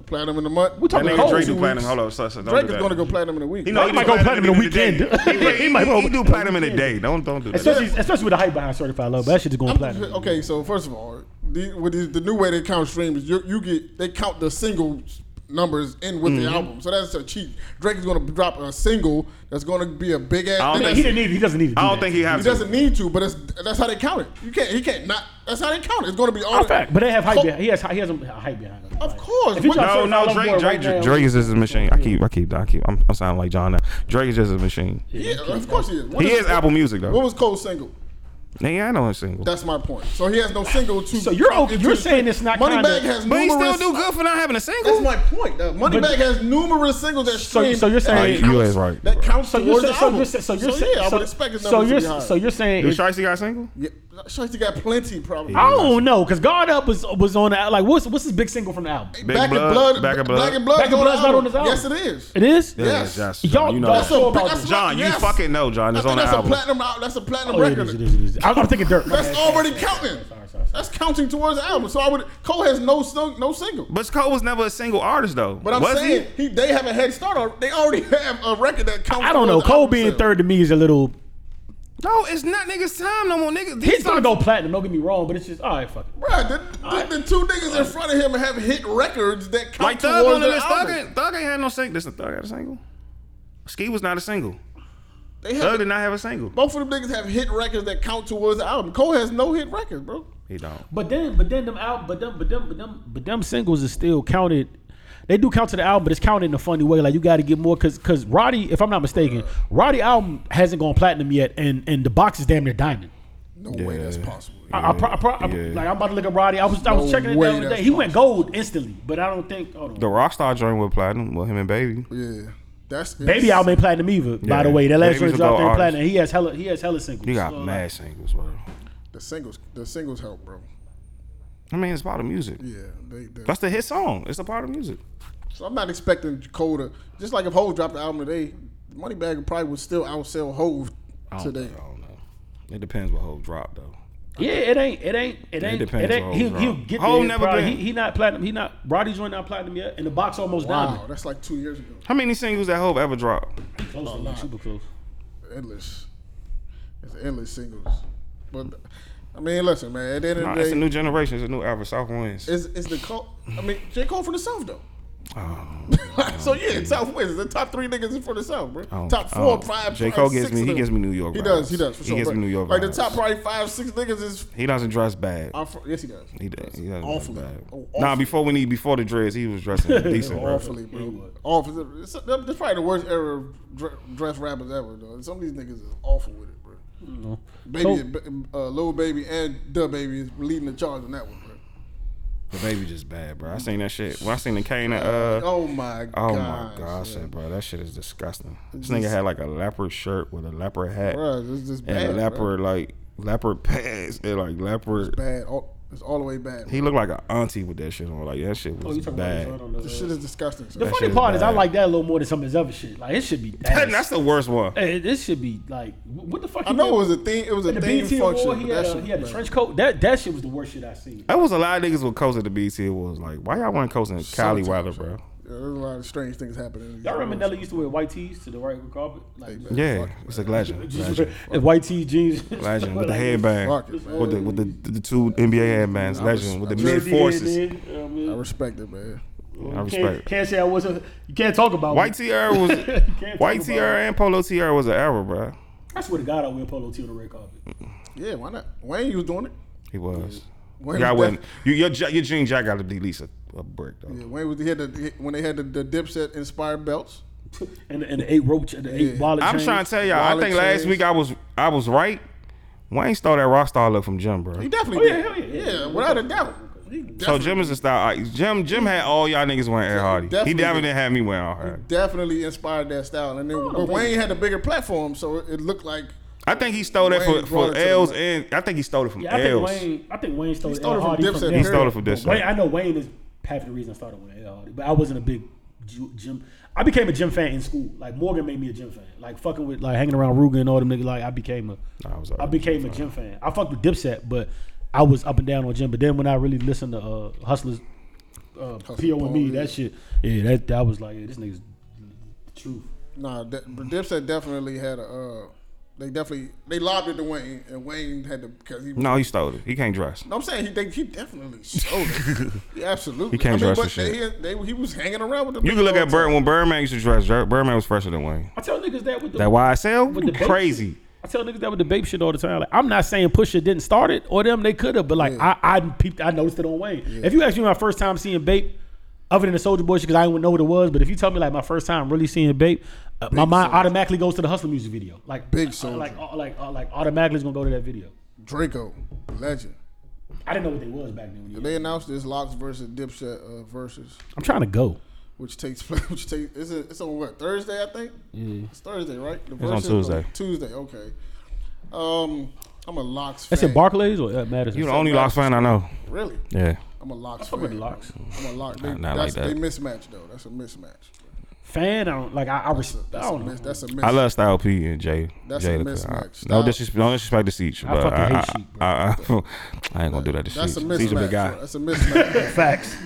Platinum in a month. We That talking Platinum in nigga Cole, two Drake do weeks. platinum. Hold on, son, son, don't Drake do is that. gonna go platinum in a week. He know Drake he might do go platinum in in the weekend. day. He, might- He might he- go- he do platinum in a day. Don't don't do that. especially, especially with the hype behind Certified Love. But that shit is going I'm- platinum. okay, so first of all, the, with the, the new way they count streams, you, you get they count the single numbers in with Mm-hmm. the album, so that's a cheat. Drake is gonna drop a single that's gonna be a big ass. I don't thing. Man, think he didn't need. He doesn't need to. Do I don't that. think he He has to. doesn't need to, but it's, that's how they count it. You can't. He can't not. That's how they count it. It's gonna be all. Oh, fact, but they have hype. Co- behind, he has he has a hype behind him. Of Like, course. if you What- drop No, Certified Oh, no, Lover Drake, Boy Drake, right now- Drake is just a machine. I keep, I keep, I keep. I'm, I'm sounding like John now. Drake is just a machine. Yeah, of course he is. What He is Apple Music What though. was Cole's single? Nigga, I know his single. That's my point. So he has no single to. So you're okay- into you're the- saying it's not Moneybag kinda- has But he numerous. still do good for not having a That's single. my point. though. Moneybag has numerous singles that So- stream. so you're saying- that Oh, you- you counts- is right. That counts So you're towards saying, the so you're album. saying, so you're So, saying, yeah, I so, would expect his so numbers you're to be higher. so you're saying. Do If, I Shiesty got a single? Yeah, Shiesty got plenty probably. don't know, cause God Up was was on the, al- like what's what's his big single from the album? Big Blood, Back and Blood. Black and Blood. Back and is on Blood's the album. not on his album. Yes, it is. It is. Yeah, Yes. Josh, Y'all- John, you know that's that. so- a- about that's it. John, you yes. fucking know, John. I It's on think that's the a album. platinum. al- That's a platinum Oh, it record. is, it is, it is. I'm, I'm thinking Dirt. That's already counting. Sorry, sorry, sorry. That's counting towards the album. So I would. Cole has no sing- no single. But Cole was never a single artist though. But I'm was saying he? they have a head start. al- They already have a record that counts. I don't know. towards the Cole album being sales. third to me is a little. he? No, it's not niggas' time no more. Niggas, He's gonna go platinum. Don't get me wrong, but it's just all right. Fuck it. Bruh, the, the, the two niggas in front of him have hit records that count Like Thug towards on the the list. Thug album. ain't, Thug ain't had no single. Listen, Thug had a single. Ski was not a single. They Thug have, did not have a single. both of them niggas have hit records that count towards the album. Cole has no hit records, bro. He don't. But then, but then them out, but them, but them, but them, but them singles is still counted. They do count to the album, but it's counted in a funny way. Like you got to get more, cause, cause Roddy, if I'm not mistaken, Roddy album hasn't gone platinum yet, and and the box is damn near diamond. No way that's possible. I, I, pro, I, pro, I- Yeah. like I'm about to look at Roddy. I was I was No checking it way the other that's day. He went gold instantly, but I don't think. Hold on. The Rockstar joint with Platinum, with him and Baby. Yeah, that's Baby album ain't platinum either. By Yeah. the way, that last Baby's one a dropped gold in artist. platinum. He has hella he has hella singles. You got So, like, mad singles, bro. The singles, the singles help, bro. I mean, it's part of music. Yeah, they. they That's the hit song. It's a part of music. so I'm not expecting Cole to just like if Hove dropped the album today, Moneybag probably would still outsell Hove I don't, today. I don't know. It depends what whole drop though. Yeah, it ain't. It ain't. It ain't. It, depends ain't. on He'll, who's he'll wrong. get Hov there. never probably. been. He, he not platinum. He not. Roddy's joint not platinum yet, and the box almost Wow, diamond. that's like two years ago. How many singles that Hope ever dropped? Close, like, super close. Oh, Endless. It's endless singles. But I mean, listen, man. At the end Nah, of the it's a day, new generation. It's a new era. South wins. Is is the Cole? I mean, J Cole from the South though. Oh. so yeah, South wins. The top three niggas is from the South, bro. don't- Top I four, don't- five. Oh, J. five, Cole gives six me- of he them. gives me New York He vibes. does. He does for He sure. gives bro. me New York Like the vibes. top probably five, six niggas is. He doesn't dress bad. Are fr- yes, he does. He, does, he doesn't Awfully. dress bad. Oh, Nah, awfully. before when he before the dreads, he was dressing decent. bro. Awfully, bro. Awful. It's, that's probably the worst era of dre- dress rappers ever, though. Some of these niggas is awful with it, bro. Baby, uh, Lil Baby, and the Baby is leading the charge on that one, bro. The baby just bad, bro. I seen that shit. When I seen the Kane, uh, oh, Oh my god. my god, I said, bro, that shit is disgusting. This nigga had like a leopard shirt with a leopard hat Bro, this is just and bad. a bro. leopard like leopard pants and like leopard. Bad. All, it's all the way bad. He looked like an auntie with that shit on. Like that shit was Oh, you talking bad. about the This shit is disgusting. son. The That funny shit part is is I bad. like that a little more than some of his other shit. Like it should be. That- that's the worst one. Hey, this should be like wh- what the fuck? I he know did it was a thing. It was a in the thing BT function. award. He but had, that a, shit he had a was trench coat. That that shit was the worst shit I seen. That was a lot of niggas with coats at the BT Awards. Like, why y'all want coats in Cali Sometimes, weather, bro? bad. Yeah, there's a lot of strange things happening. Y'all remember Nelly used to wear white tees to the right carpet? Like, Hey, Yeah, Fuck it, it's a legend. just Legend. and white tee jeans. Legend with the Fuck Like, headband. it, man. With the with the, the two NBA headbands. I Legend with the respect- mid jersey head forces. in, you know what I mean? I respect it, man. I You can't, respect. it. can't say I wasn't. You can't talk about White me. TR was You can't White talk TR about me. and Polo TR was an error, bro. I swear to God, I wear polo tee on the red carpet. Yeah, why not? Wayne, you was doing it. He was. Wayne, Y'all was wasn't. You, your ja- your jean jacket got to delete a, a brick though. def- yeah, Wayne was he had the, when they had the, the Dipset inspired belts. And the, and the eight roach and the eight Yeah. wallet. I'm chains. trying to tell y'all. I Wallet think last chains. week I was I was right. Wayne stole that rock star look from Jim, bro. He definitely Oh, yeah, did. hell yeah, yeah, yeah, yeah. without a doubt. He So definitely, Jim is the style. I- Jim Jim had all y'all niggas wearing Air Hardy. Definitely. He definitely had me wearing Air Hardy. definitely inspired that style. And then don't but think- Wayne had a bigger platform, so it looked like I think he stole Wayne that for, brought it for to the L's mic. and I think he stole it from Yeah, I think L's. Wayne. I think Wayne stole, he stole L. it from Hardy Dipset. from period. Dipset. stole it from Dipset. Wayne, I know Wayne is half the reason I started with L. Hardy, but I wasn't a big Ju- Jim. I became a Jim fan in school. Like Morgan made me a Jim fan. Like fucking with like hanging around Ruger and all them niggas. Like I became a. Nah, I was I already became a Jim fan. I fucked with Dipset, but I was up and down on Jim. But then when I really listened to uh, Hustlers, uh, P.O. and Paul, me, yeah. that shit, yeah, that that was like, yeah, this nigga's the truth. nah. De- but Dipset definitely had a. Uh, they definitely they lobbed it to Wayne, and Wayne had to because he. No, he stole it. He can't dress. No, I'm saying he they, he definitely sold it. he absolutely. He can't I mean, dress but for shit. They, they, he was hanging around with the. You can look all at the Bird time. when Birdman used to dress. Jer- Birdman was fresher than Wayne. I tell niggas that with the That YSL, with the you babe crazy. shit. I tell niggas that with the babe shit all the time. Like I'm not saying Pusha didn't start it or them they could have, but like I I peeped, I noticed it on Wayne. If you ask me my first time seeing Bape, other than the Soldier Boy shit, because I didn't know what it was, but if you tell me like my first time really seeing Bape, uh, my mind automatically goes to the Hustler music video. Like Big uh, Soulja. like uh, like uh, like automatically is gonna go to that video. Draco, legend. I didn't know what they was back then. When you, They announced this Locks versus Dipset uh, versus, I'm trying to go. which takes place. Which takes it's, it's on what Thursday I think. It's Thursday, right? The on versus Tuesday. Tuesday, okay. Um, I'm a Locks fan. That's at Barclays or at Madison. You the only Locks fan I know. Really, Yeah. I'm a Locks fan. fuck with the locks. I'm a Locks. They, Nah, not that's, like that. They mismatch though. That's a mismatch. fan. I don't like. I, I, res- I That's a, don't know. mis- that's a mismatch. I love Style P and Jay. That's Jay a the- mismatch. I- Style- No disrespect, no disrespect to Seach, I but fucking I, hate I, Sheik, bro. I, I- I ain't gonna do that to That's a Sheik. Sheik a mismatch. big guy. That's a mismatch. Facts.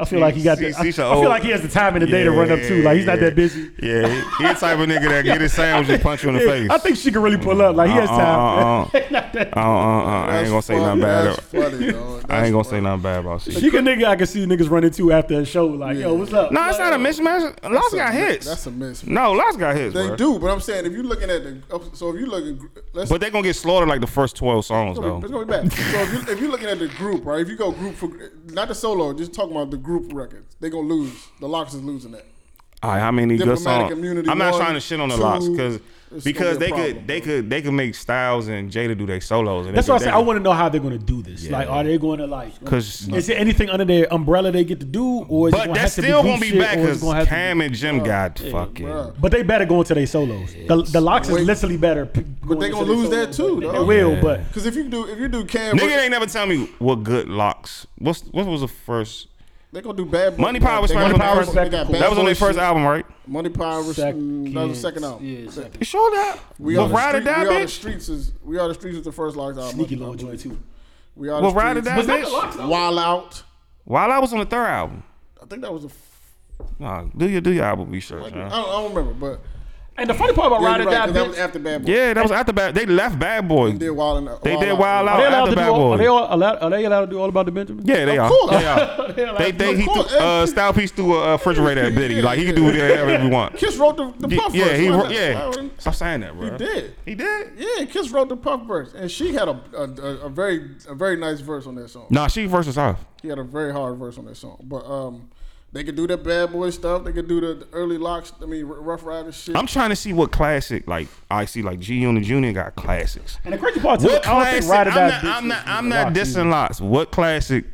I feel like he got. He's- The, I, he's a I feel old- like he has the time in the day to run up too. Like he's not that busy. Yeah, he, he the type of nigga that get his sandwich and punch you in the Yeah, face. I think she can really pull up. Like he has Uh, uh, time. uh, uh. Uh, uh, uh, I ain't gonna say nothing bad. That's funny, dog. I ain't gonna say nothing. nothing bad about Sheik. She can nigga I can see niggas running to after a show. Like yo, what's up? No, it's not a mismatch. Lost a- got hits. that's a mismatch. No, Lost got hits. They bro. do, but I'm saying if you're looking at the up- so if you're looking, let's But they gonna get slaughtered like the first twelve songs it's gonna, be, it's though. gonna be bad. so if, you, if you're looking at the group, right? If you go group for not the solo, just talking about the group records, they gonna lose. The Locks is losing that. All right, how many good Diplomatic songs? Immunity I'm not one, trying to shit on the two, Locks because it's because gonna be they a problem, could they could they could make Styles and Jada do their solos. And That's they what I could- said. they I could- want to know how they're gonna do this. Yeah. Like, are they going to like? 'Cause- is there anything under their umbrella they get to do, or is it But gonna that's have to still be gonna group be shit, back or it's because gonna have to be- Cam and Jim got fucking. bruh. But they better go into their solos. The, the locks Wait. is literally better. But they gonna lose that too, They, though. will, Yeah. but Because if you do, if you do Cam, Nigga ain't never tell me what good locks. What's what was the first? they gonna do bad. Boy- Money Power was they first got on Bad their Boy- first- they got Bad That was on Boy their first shit. album, right? Money Power was mm, that was the second album. Yeah, second. You sure that? We Well, are the Ride or street, Die, we are the bitch? streets is we are the streets is the first Locks album. Sneaky Money little Power. joint too. We are the Well, Ride or streets. Die, The bitch. locks though. Wild Out. While I was on the third album. I think that was the. F- Nah, do your do your album research, I, man. don't, I don't remember, but And the funny part about yeah, Ride you're or right, Die, 'cause that bitch, was after Bad Boy. Yeah, that was after bad. They left Bad Boy. They did Wild and They did Wild Are Out they allowed after to do Bad all, Boy. are they all allowed, are they allowed to do all about the Benjamin? yeah, they are. course. They are. they allowed They, to- they, he threw, course. uh, style piece threw a uh, refrigerator at Biddy. Like he can do whatever he want. Kiss wrote the, the Puff Yeah, verse. he why wrote, not? yeah. Why wouldn't- Stop saying that, bro. He did. He did. Yeah, Kiss wrote the Puff verse, and she had a a, a, a very a very nice verse on that song. Nah, she versus off. He had a very hard verse on that song, but um, they could do that bad boy stuff. They could do the, the early locks. I mean, R- Rough Rider shit. I'm trying to see what classic like I see like G Unit Junior got classics. And the crazy part too, What I don't classic? think Ride or I'm Die not, Bitch I'm not, is I'm a not rock dissing either. lots. What classic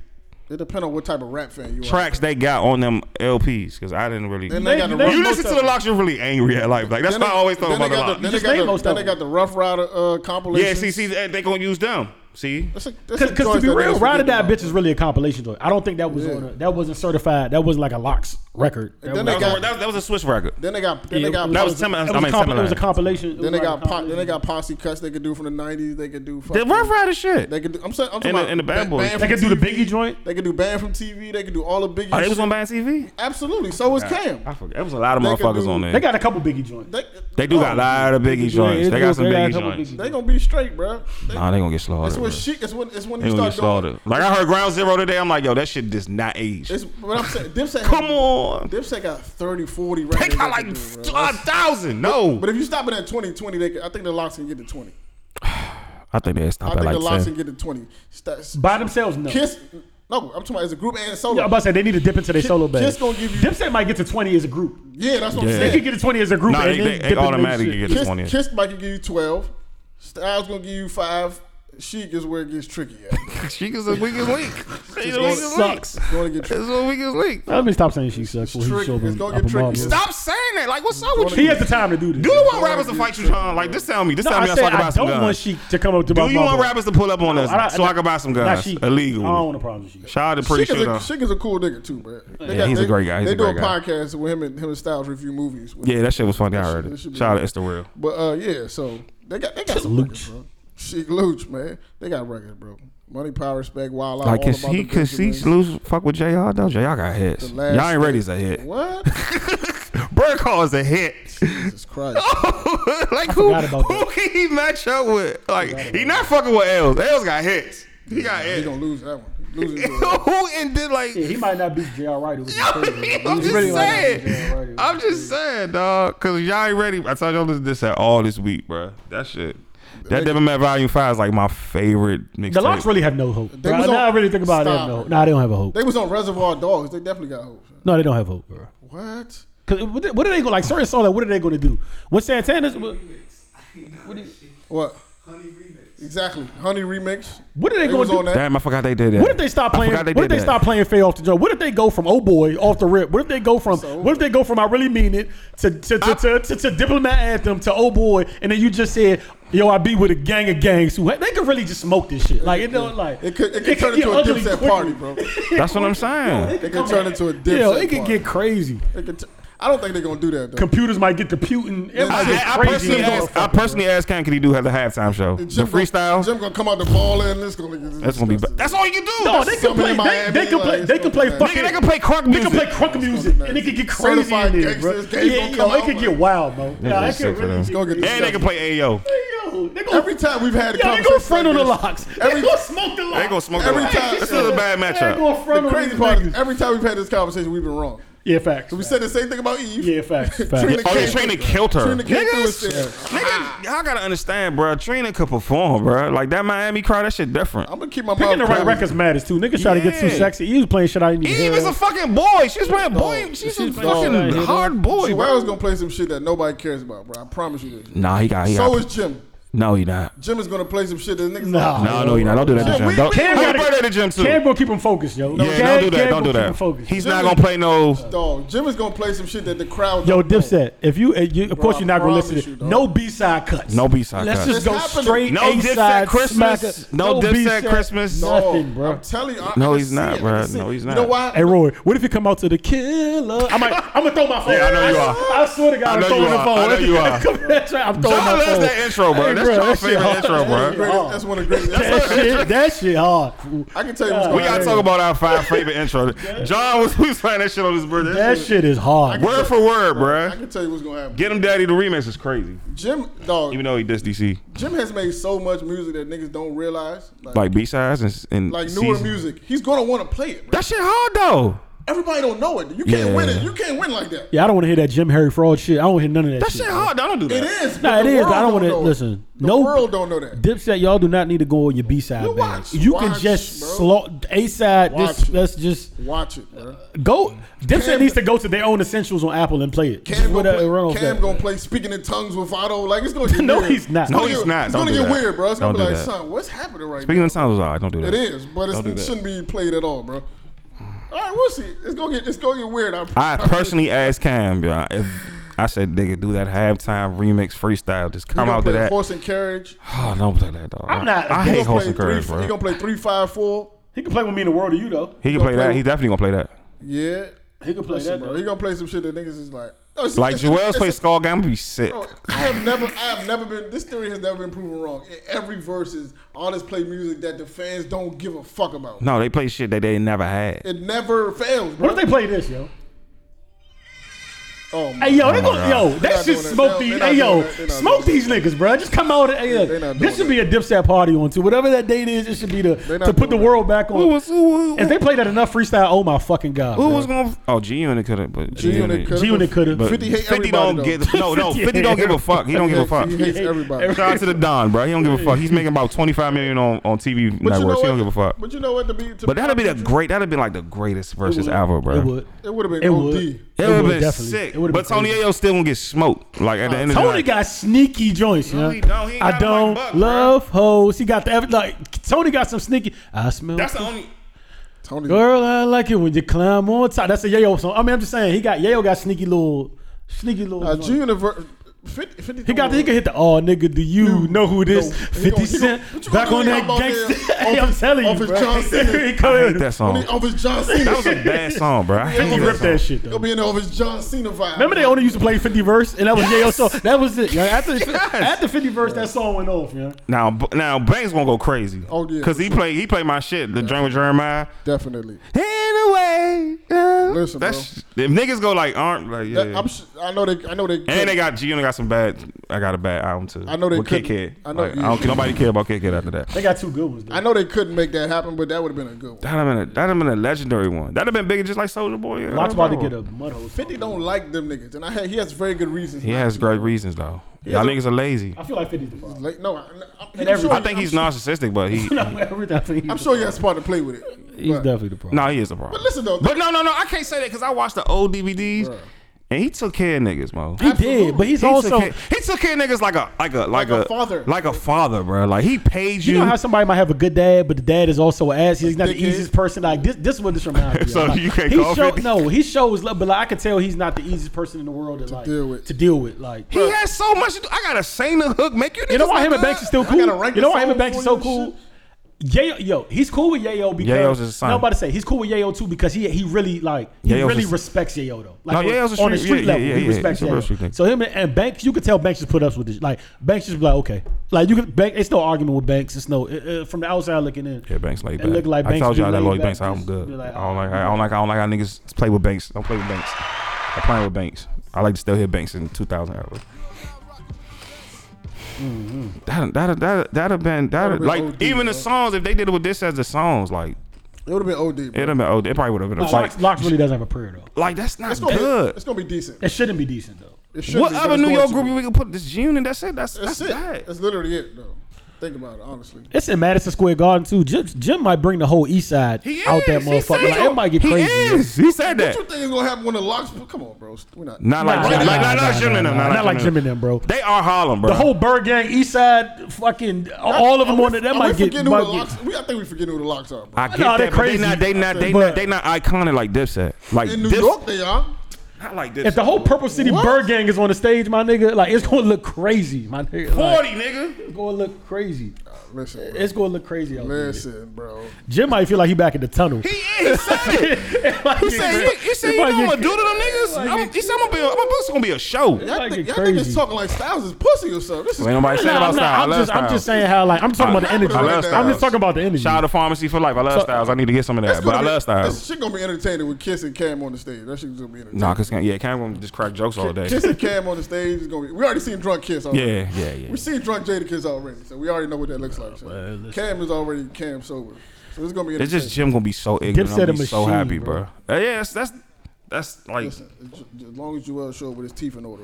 It depends on what type of rap fan you are. tracks they got on them LPs because I didn't really. Then they got the They- rough, they- you listen to the locks, you're really angry at life. Like that's then they- why I always thought then they about the got locks. Then, they Just got name the, most then of they them. got the Rough Rider uh, compilation. Yeah, see, see, they, they gonna use them. See, Because to be real, Ride or Die Bitch is really a compilation joint. I don't think that was on a, that wasn't certified. That was like a locks record. That then was, that they was, got- a, that, was, that was a Swiss record. Then they got then yeah, they it got That was posse- Tim- it I was, mean, a comp- Timberland. it was a compilation. It then was they like a got po- then they compilation. got posse cuts they could do from the nineties. They could do The fucking, Rough Rider shit. They could do, I'm saying I'm talking And the- about and the Bad ba- Boys. Banned They from could do the TV. Biggie joint. They could do banned from TV. They could do all the Biggie. oh, they shit. was on Bad TV. Absolutely. So was Cam. I forgot. There was a lot of They Oh, could motherfuckers do- on They there. got a couple Biggie joints. They, They do got a lot of Biggie joints. They got some a Biggie couple joints. They gonna be straight, bro. They, Nah, they gonna get it's slaughtered. when bro. she. It's when. It's when They you gonna get start doing. slaughtered. Like I heard Ground Zero today. I'm like, yo, that shit does not age. It's what I'm saying. Dipset. Come on, Dipset got 30, 40 they records. got they like could do, bruh. a thousand. No, But if you stop it at 20, 20, they could, I think the locks can get to 20. I think they I stopped think at the like locks ten. can get to 20. Stats- By themselves, no. Kiss, no, I'm talking about as a group and solo. Yeah, I'm about to say they need to dip into their Kiss- solo bag. Kiss gonna give you- Dipset might get to 20 as a group. yeah, that's what Yeah. I'm They saying. could get to 20 as a group. Nah, and they- then they- they dip into their automatically shit. get to- Kiss, 20. Kiss might can give you 12. Styles gonna give you 5. Chic is where it gets tricky at. She is the weakest link. She the gonna- weakest link. It's gonna get tricky. It's the weakest link. Let me stop saying she sucks. before Trick- he show it's them gonna get Apple tricky. Mom. Stop. Stop saying that. Like, what's up with He you? has the time to do this. Do you want rappers to fight you, Sean? Like, this sound me. This No, sound I me. I'm said talking I about some don't want guns. she to come up to Do my you mom. want rappers to pull up on I- I- us so I can buy some Nah, guns she- I don't illegal? want a problem with she. Shout out to Pretty Chic is, Shooter. a, Chic is a cool nigga too, bro. Yeah, he's a great guy. He's they a do great a guy. podcast with him and him and Styles review movies. with- Yeah, that shit was funny. I heard that it. should be Shout out to good. Esther Real. But uh, yeah, so they got they got some records, bro. Chic Looch, man, they got records, bro. Money, power, respect, wild out. Like, all can about she, the can she Benjamins. lose fuck with JR though? JR got hits. The last Y'all ain't ready thing- as a hit. What? Bird Call is a hit. Jesus Christ. like, who, forgot about who that. can he match up with? Like, he not fucking with L's. L's got hits. He got He hits. gonna lose that one. He Losing to a- Who and did like? Yeah, he might not beat J.R. Ryder. which is I'm crazy. just He really might not beat J.R. saying. Ryder. I'm just saying, dog. Cause y'all ain't ready. I told y'all listen to this at all this week, bruh. That shit. That Devil May Volume Five is like my favorite The locks mixtape. really have no hope. They bro. was Now I on- really think about it. They have Stop. no hope. Nah, they don't have a hope. They was on Reservoir Dogs. They definitely got hope. No, they don't have hope, bro. What? Cause what they- what are they going like? Sorry, saw that. What are they going to do? When Santana's, what, What? Exactly. Honey remix. what are They they going was to on do? that. Damn, I forgot they did that. What if they stop I playing? forgot what if did they that. stop playing Faye off the joint? What if they go from Oh Boy off the rip? What if they go from What if they go from I really mean it to to to, to, to, to diplomat anthem to Oh Boy, and then you just said Yo, I be with a gang of gangs who they could really just smoke this shit. Like it don't like It could, it could turn get into a ugly dipset quickly. party, bro. That's what I'm saying. It could turn into a dipset Yeah, it could party. get crazy. It could t- I don't think they're gonna do that though. Computers might get to putin. It might get I, I crazy. personally as a asked. I motherfucker, personally asked Ken, can he do the halftime show? And The freestyle. Gonna, Jim gonna come out the ball and it's gonna get. That's gonna be. ba- That's all you can do. bro. No, they Something can in play. They, they Miami, can play. like, They can play. something like Nigga, fucking- they can play crunk They can music. play crunk music and it can get crazy in Certified there, bro. gangsters, gangs Yeah, gonna yo, come it could out get like- wild, bro. Yeah, Yeah, it that's sick could for really them. get gonna get crazy. this- And they can play Ayo. Yo, they ah! gonna, Every time we've had a yo, they conversation, gonna front on the like this, locks. Every- they gonna smoke the locks. They gonna smoke. Every the- time- This is a bad They matchup. gonna front The on crazy these part is niggas. every time we've had this conversation, we've been wrong. Yeah, facts. We facts. said the same thing about Eve. Yeah, facts. Trina facts. Oh, they K- Trina killed her. Trina K threw us Niggas, there. nigga, y'all gotta understand, bro. Trina could perform, bro. Like that Miami crowd, that shit different. I'm gonna keep my Picking the mouth right closed. records matters too. Niggas try to get too Yeah. sexy. He was playing shit I didn't even hear. Eve is a fucking boy. She's playing boy. She's a She's dog. fucking hard boy, So I bro. was gonna play some shit that nobody cares about, bro. I promise you this. Nah, he got. He So got is Jim. no, he not. Jim is gonna play some shit that niggas. Nah. like, No, no, he not. Don't do that to Yeah, Jim. we- Don't. we- Happy Cam gotta- birthday to Jim too. Cam gonna keep him focused, yo. Yeah, Cam, don't do Cam that. Don't gonna do keep him that. focused. He's not gonna play no. Dog, Jim is gonna play some shit that the crowd. Yo, don't know. Dipset, if you, uh, you of course I you're not gonna listen promise to you, it. dog. No B side cuts. No B-side Let's cuts. It's just go happening. straight No A Dipset side Christmas. smacker. No Dipset B-side. Christmas. Nothing, Dog, bro. I'm telling you. I- No, I he's see not, it. I bro. see it. No, he's You know not. why? Hey Roy, what if you come out to the killer? I might, I'm gonna throw my phone. Yeah, I know you are. I swear to God, I I'm know throwing you the are. phone. I know you are. Come here, Trey, I'm throwing John my loves phone. that intro, bro. Hey, That's bro, your that shit favorite hard. intro, That's, bro. greatest, that's one of the greatest. That's That shit, that shit hard. fool. I can tell you what's We going gotta on. talk about our five favorite intro. John was we was playing that shit on his birthday. That shit is hard. word for word, I bruh. can tell you what's gonna happen. Get him, daddy. The remix is crazy. Jim, dog, Even though he does DC, Jim has made so much music that niggas don't realize, like, like B sides and, and like newer season- music. He's gonna want to play it. Bro. That shit hard though. Everybody don't know it. You can't win Yeah. it. You can't win like that. Yeah, I don't want to hear that Jim Harry fraud shit. I don't wanna hear none of that. That shit hard. though. Don't do that. It is. Nah, but it the is. but I world don't want to know it. listen. The no world don't know that. Dipset, y'all do not need to go on your B side. You You, watch, you can watch, just bro. slow A side. Watch. Just let's just Watch it, bro. go. Dipset Cam- needs to go to their own essentials on Apple and play it. Cam With gonna, a- a run play, off Cam that. gonna play speaking in tongues with Votto. Like it's gonna get No, weird. he's not. It's No, gonna he's get- not. It's Don't gonna do get that. weird, bro. It's gonna Don't be do like, that. son, what's happening right Speaking now? of sounds, all right, don't do It that. is, but it's, Don't do it that. shouldn't be played at all, bro. All right, we'll see. It's gonna get it's gonna get weird. I, I personally asked Cam, bro, if I said they could do that halftime remix freestyle, just He come gonna out play to that. Horse and carriage. Oh, don't play that, dog. I'm not- I He hate gonna horse play and courage, three- bro. He gonna play three five four. He can play with me in the world of you though. He can gonna play play- that. He definitely gonna play that. Yeah, He can play Listen, that. bro. Though. He gonna play some shit that niggas is like. Oh, it's- Like it's- Joel's it's- play Skull Game, I'm gonna be sick. Bro, I have never, I have never been. This theory has never been proven wrong. In every verse is artists play music that the fans don't give a fuck about. No, they play shit that they never had. It never fails, What bro. if they play this, yo? Oh my Hey yo, they my gonna, God. yo, They that not should doing that. smoke They these. not Hey doing yo, that. They not smoke doing these niggas, bro. Just come out. and- Hey, they yo, not this should doing be a Dipset party on to whatever that date is. It should be the They not to put the doing world back Who on. was who, who, If who, they played that enough freestyle, oh my fucking god, who bro. was gonna? Oh, G Unit could have, but G G-Unit Unit coulda- could. G Unit could have. But 50 50, hate don't everybody, get no no 50 don't give a fuck. He don't give a fuck. He hates everybody. Every- Shout out to the Don, bro. He don't give a fuck. He's making about 25 million on on TV But you know networks. He what? don't give a fuck. But you know what? To be, to But that'd be the honest with great. That'd be like the greatest versus ever, bro. It would. you, It would have been It OD. would. It would would, have been definitely. sick. It would've But been Tony crazy. Ayo still gonna get smoked. Like Uh, at the end of the Tony night. got sneaky joints, you know. he don't. He ain't I got him like don't Buck, bruh. love hoes. He got the every- like Tony got some sneaky. I smell That's the only. Tony. girl. I like it when you climb on top. That's a Yayo song. I mean, I'm just saying he got Yayo got sneaky little, sneaky little. Uh, joints. G Universe. 50, 50 He got the, he can hit the all nigga. Do you know who this? No. He gonna- Fifty he Cent gonna- what you back gonna on do? that How about gangsta. that? Hey, I'm Off- telling you, off his bro. John Cena. he come I in. hate that song. Oh. Off his John Cena. That was a bad song, bro. I hate He that ripped song. that shit It'll though. be in over John Cena vibe. Remember they only used to play 50 verse, and that was Yayo. So that was it. Yeah, after Yes. after 50 verse, that song went off. Yeah. Now, B- now Banks gonna go crazy. Oh, yeah. Cause he played he played my shit. The joint with Jeremiah. Definitely. Anyway, uh, Listen, that's if niggas go like aren't like yeah. That- I'm, su- I know they. I know they. and they got G and they got some bad. I got a bad album too. I know they with Kid couldn't- Kid. I know- Like, I don't yeah. nobody care about Kid Kid after that. They got two good ones. Though. I know they couldn't make that happen, but that would have been a good one. That'd have been a, that'd have been a legendary one. That'd have been bigger, just like Soldier Boy. Yeah, Lots about to bro. get a mud hole. 50 don't like them niggas, and I had, he has very good reasons. He not has to. great reasons though. Yeah, Y'all the- niggas are lazy. I feel like 50's the problem. Like, no, I, I'm- I'm, every- sure, I think he's I'm, narcissistic, but he No, everything. I think he's I'm the sure he problem. has part to play with it. He's but- definitely the problem. no, he is a problem. But listen though, But no, no, no. I can't say that because I watched the old DVDs, Bruh. and he took care of niggas, mo. he absolutely. did, but he's He also. took care, he took care of niggas like a like a like, a a, father. like a father, bro. Like he paid you. You know how somebody might have a good dad, but the dad is also an ass. He's not the Dickhead. easiest person. Like this, this is what this reminds me. of. So Like, you can't he call show, 50? No, he shows love, but like, I can tell he's not the easiest person in the world to, like, deal with. To deal with, like he has so much. To do. I gotta sing the hook, make you. you know niggas why like him and that? Banks is still I gotta cool. rank You know the why him and songs Banks is for you so and cool. Yayo, yo, he's cool with Yayo because Yayo's his son. No, I'm about to say he's cool with Yayo too because he he really like he Yayo's really his- respects Yayo though. No, Like Yayo's a on the street- street yeah, yeah, level, yeah, he yeah, respects he's a real street Yayo. nigga. So him and, and Banks, you could tell Banks just put up with this. Like Banks just be like okay, like you could Bank. It's no argument with Banks. It's no uh, uh, from the outside looking in. Yeah, Banks laid It back. look like I Banks told be y'all that laid Lloyd back, Banks album just good. be like, I don't oh, like. I don't like. I don't like how niggas play with Banks. Don't play with Banks. I play with Banks. I like to still hear Banks in 2000 hours. That that that that have been that That'd've been like OD, even bro. the songs if they did it with this as the songs like It would have been OD. Bro. it'd have been oh it probably would have been a fight Locks, Locks really doesn't have a prayer though. like that's not It's gonna good be. It's gonna be decent. It shouldn't be decent though. It should what be, but other it's New going York to group be. we can put this June and that's it that's That's that's, it. bad That's literally it, though. Think about it honestly. It's in Madison Square Garden too. Jim, Jim might bring the whole East Side He out is. that He motherfucker. said Like, so. it might get he crazy. Is. He said What that you think is gonna happen when the locks? Come on, bro. We're not. not like Nah, nah, Jim- like nah, not nah, like Jim and them nah, not not like Jim and them, bro. they are Harlem bro The whole Bird Gang, East Side, fucking all of them Are on we- it. That are we might get. forgetting who Might the get locks. We, I think we forget who the locks are, bro. I get Nah, they're that, but they crazy. not they not they But- not they not iconic like Dipset. Like In New Dips- York, they are. not like Dipset. if the whole Purple City What? Bird Gang is on the stage, my nigga, like it's gonna look crazy, my nigga. Like, forty nigga, it's gonna look crazy. Listen, bro. It's gonna look crazy out there. listen, bro. Jim might feel like he back in the tunnel. he is. He said it. It might He get said crazy. he, he said It you know might what I'm get gonna do to them niggas. I'm, he said I'm gonna be a, I'm gonna, it's gonna be a show. Ain't Y'all, Might think, get y'all niggas crazy. talking like Styles is pussy or something. This is nobody said Nah, about I'm, not- Styles. I I'm love just, I'm Styles. just saying how like I'm talking about the energy. I love I'm just Styles. talking about the energy. Shout out to Pharmacy for Life. I love So- Styles. I need to get some of that's that, but I gonna be- love This Styles. shit gonna be entertaining with Kiss and Cam on the stage. That shit's gonna be entertaining. Nah, cause Cam- yeah, Cam gonna just crack jokes all day. Kiss and Cam on the stage is gonna be. We already seen drunk Kiss. Already. Yeah, yeah, yeah. We seen drunk Jada Kiss already, so we already know what that looks like. so. Cam is already Cam sober. So it's gonna be. It's just Jim gonna be so ignorant. I'm Dipset a gonna be so machine, happy, bro. bro. Uh, yeah, that's that's that's like. Listen, it's ju- as long as Joel show up with his teeth in order,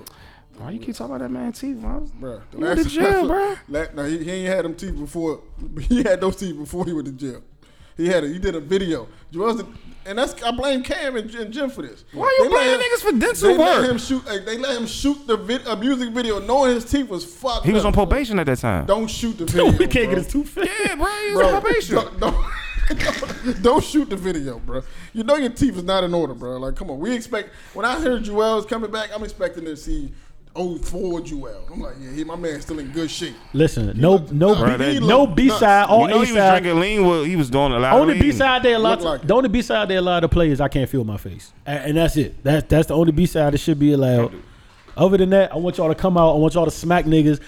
Why you keep talking about that man teeth, man? bruh. The You went to jail, bruh. la- no, he, he ain't had them teeth before. He had those teeth before he went to jail. He had it. He did a video. Joel's the, and that's I blame Cam and, and Jim for this. Why you They let blaming him- niggas for They dental let him work? shoot. like, they let him shoot the vid, a music video, knowing his teeth was fucked. He was up. on probation at that time. Don't shoot the video. we can't bro. get his tooth fixed. Yeah, bro, he was Bro, on probation. Don't, don't, don't shoot the video, bro. You know your teeth is not in order, bro. Like, come on. We expect when I hear Joel's coming back, I'm expecting to see 04 Joel. I'm like, yeah, he, my man's still in good shape. Listen, no, no, Bruh, B- that- no B side, You all know A he was side. drinking lean. Well, he was doing a lot of Only lean. B side they allowed. Look like To, it. the only B side they allowed to play is I can't feel my face, A- and, that's it. That that's the only B side that should be allowed. Other than that, I want y'all to come out. I want y'all to smack niggas.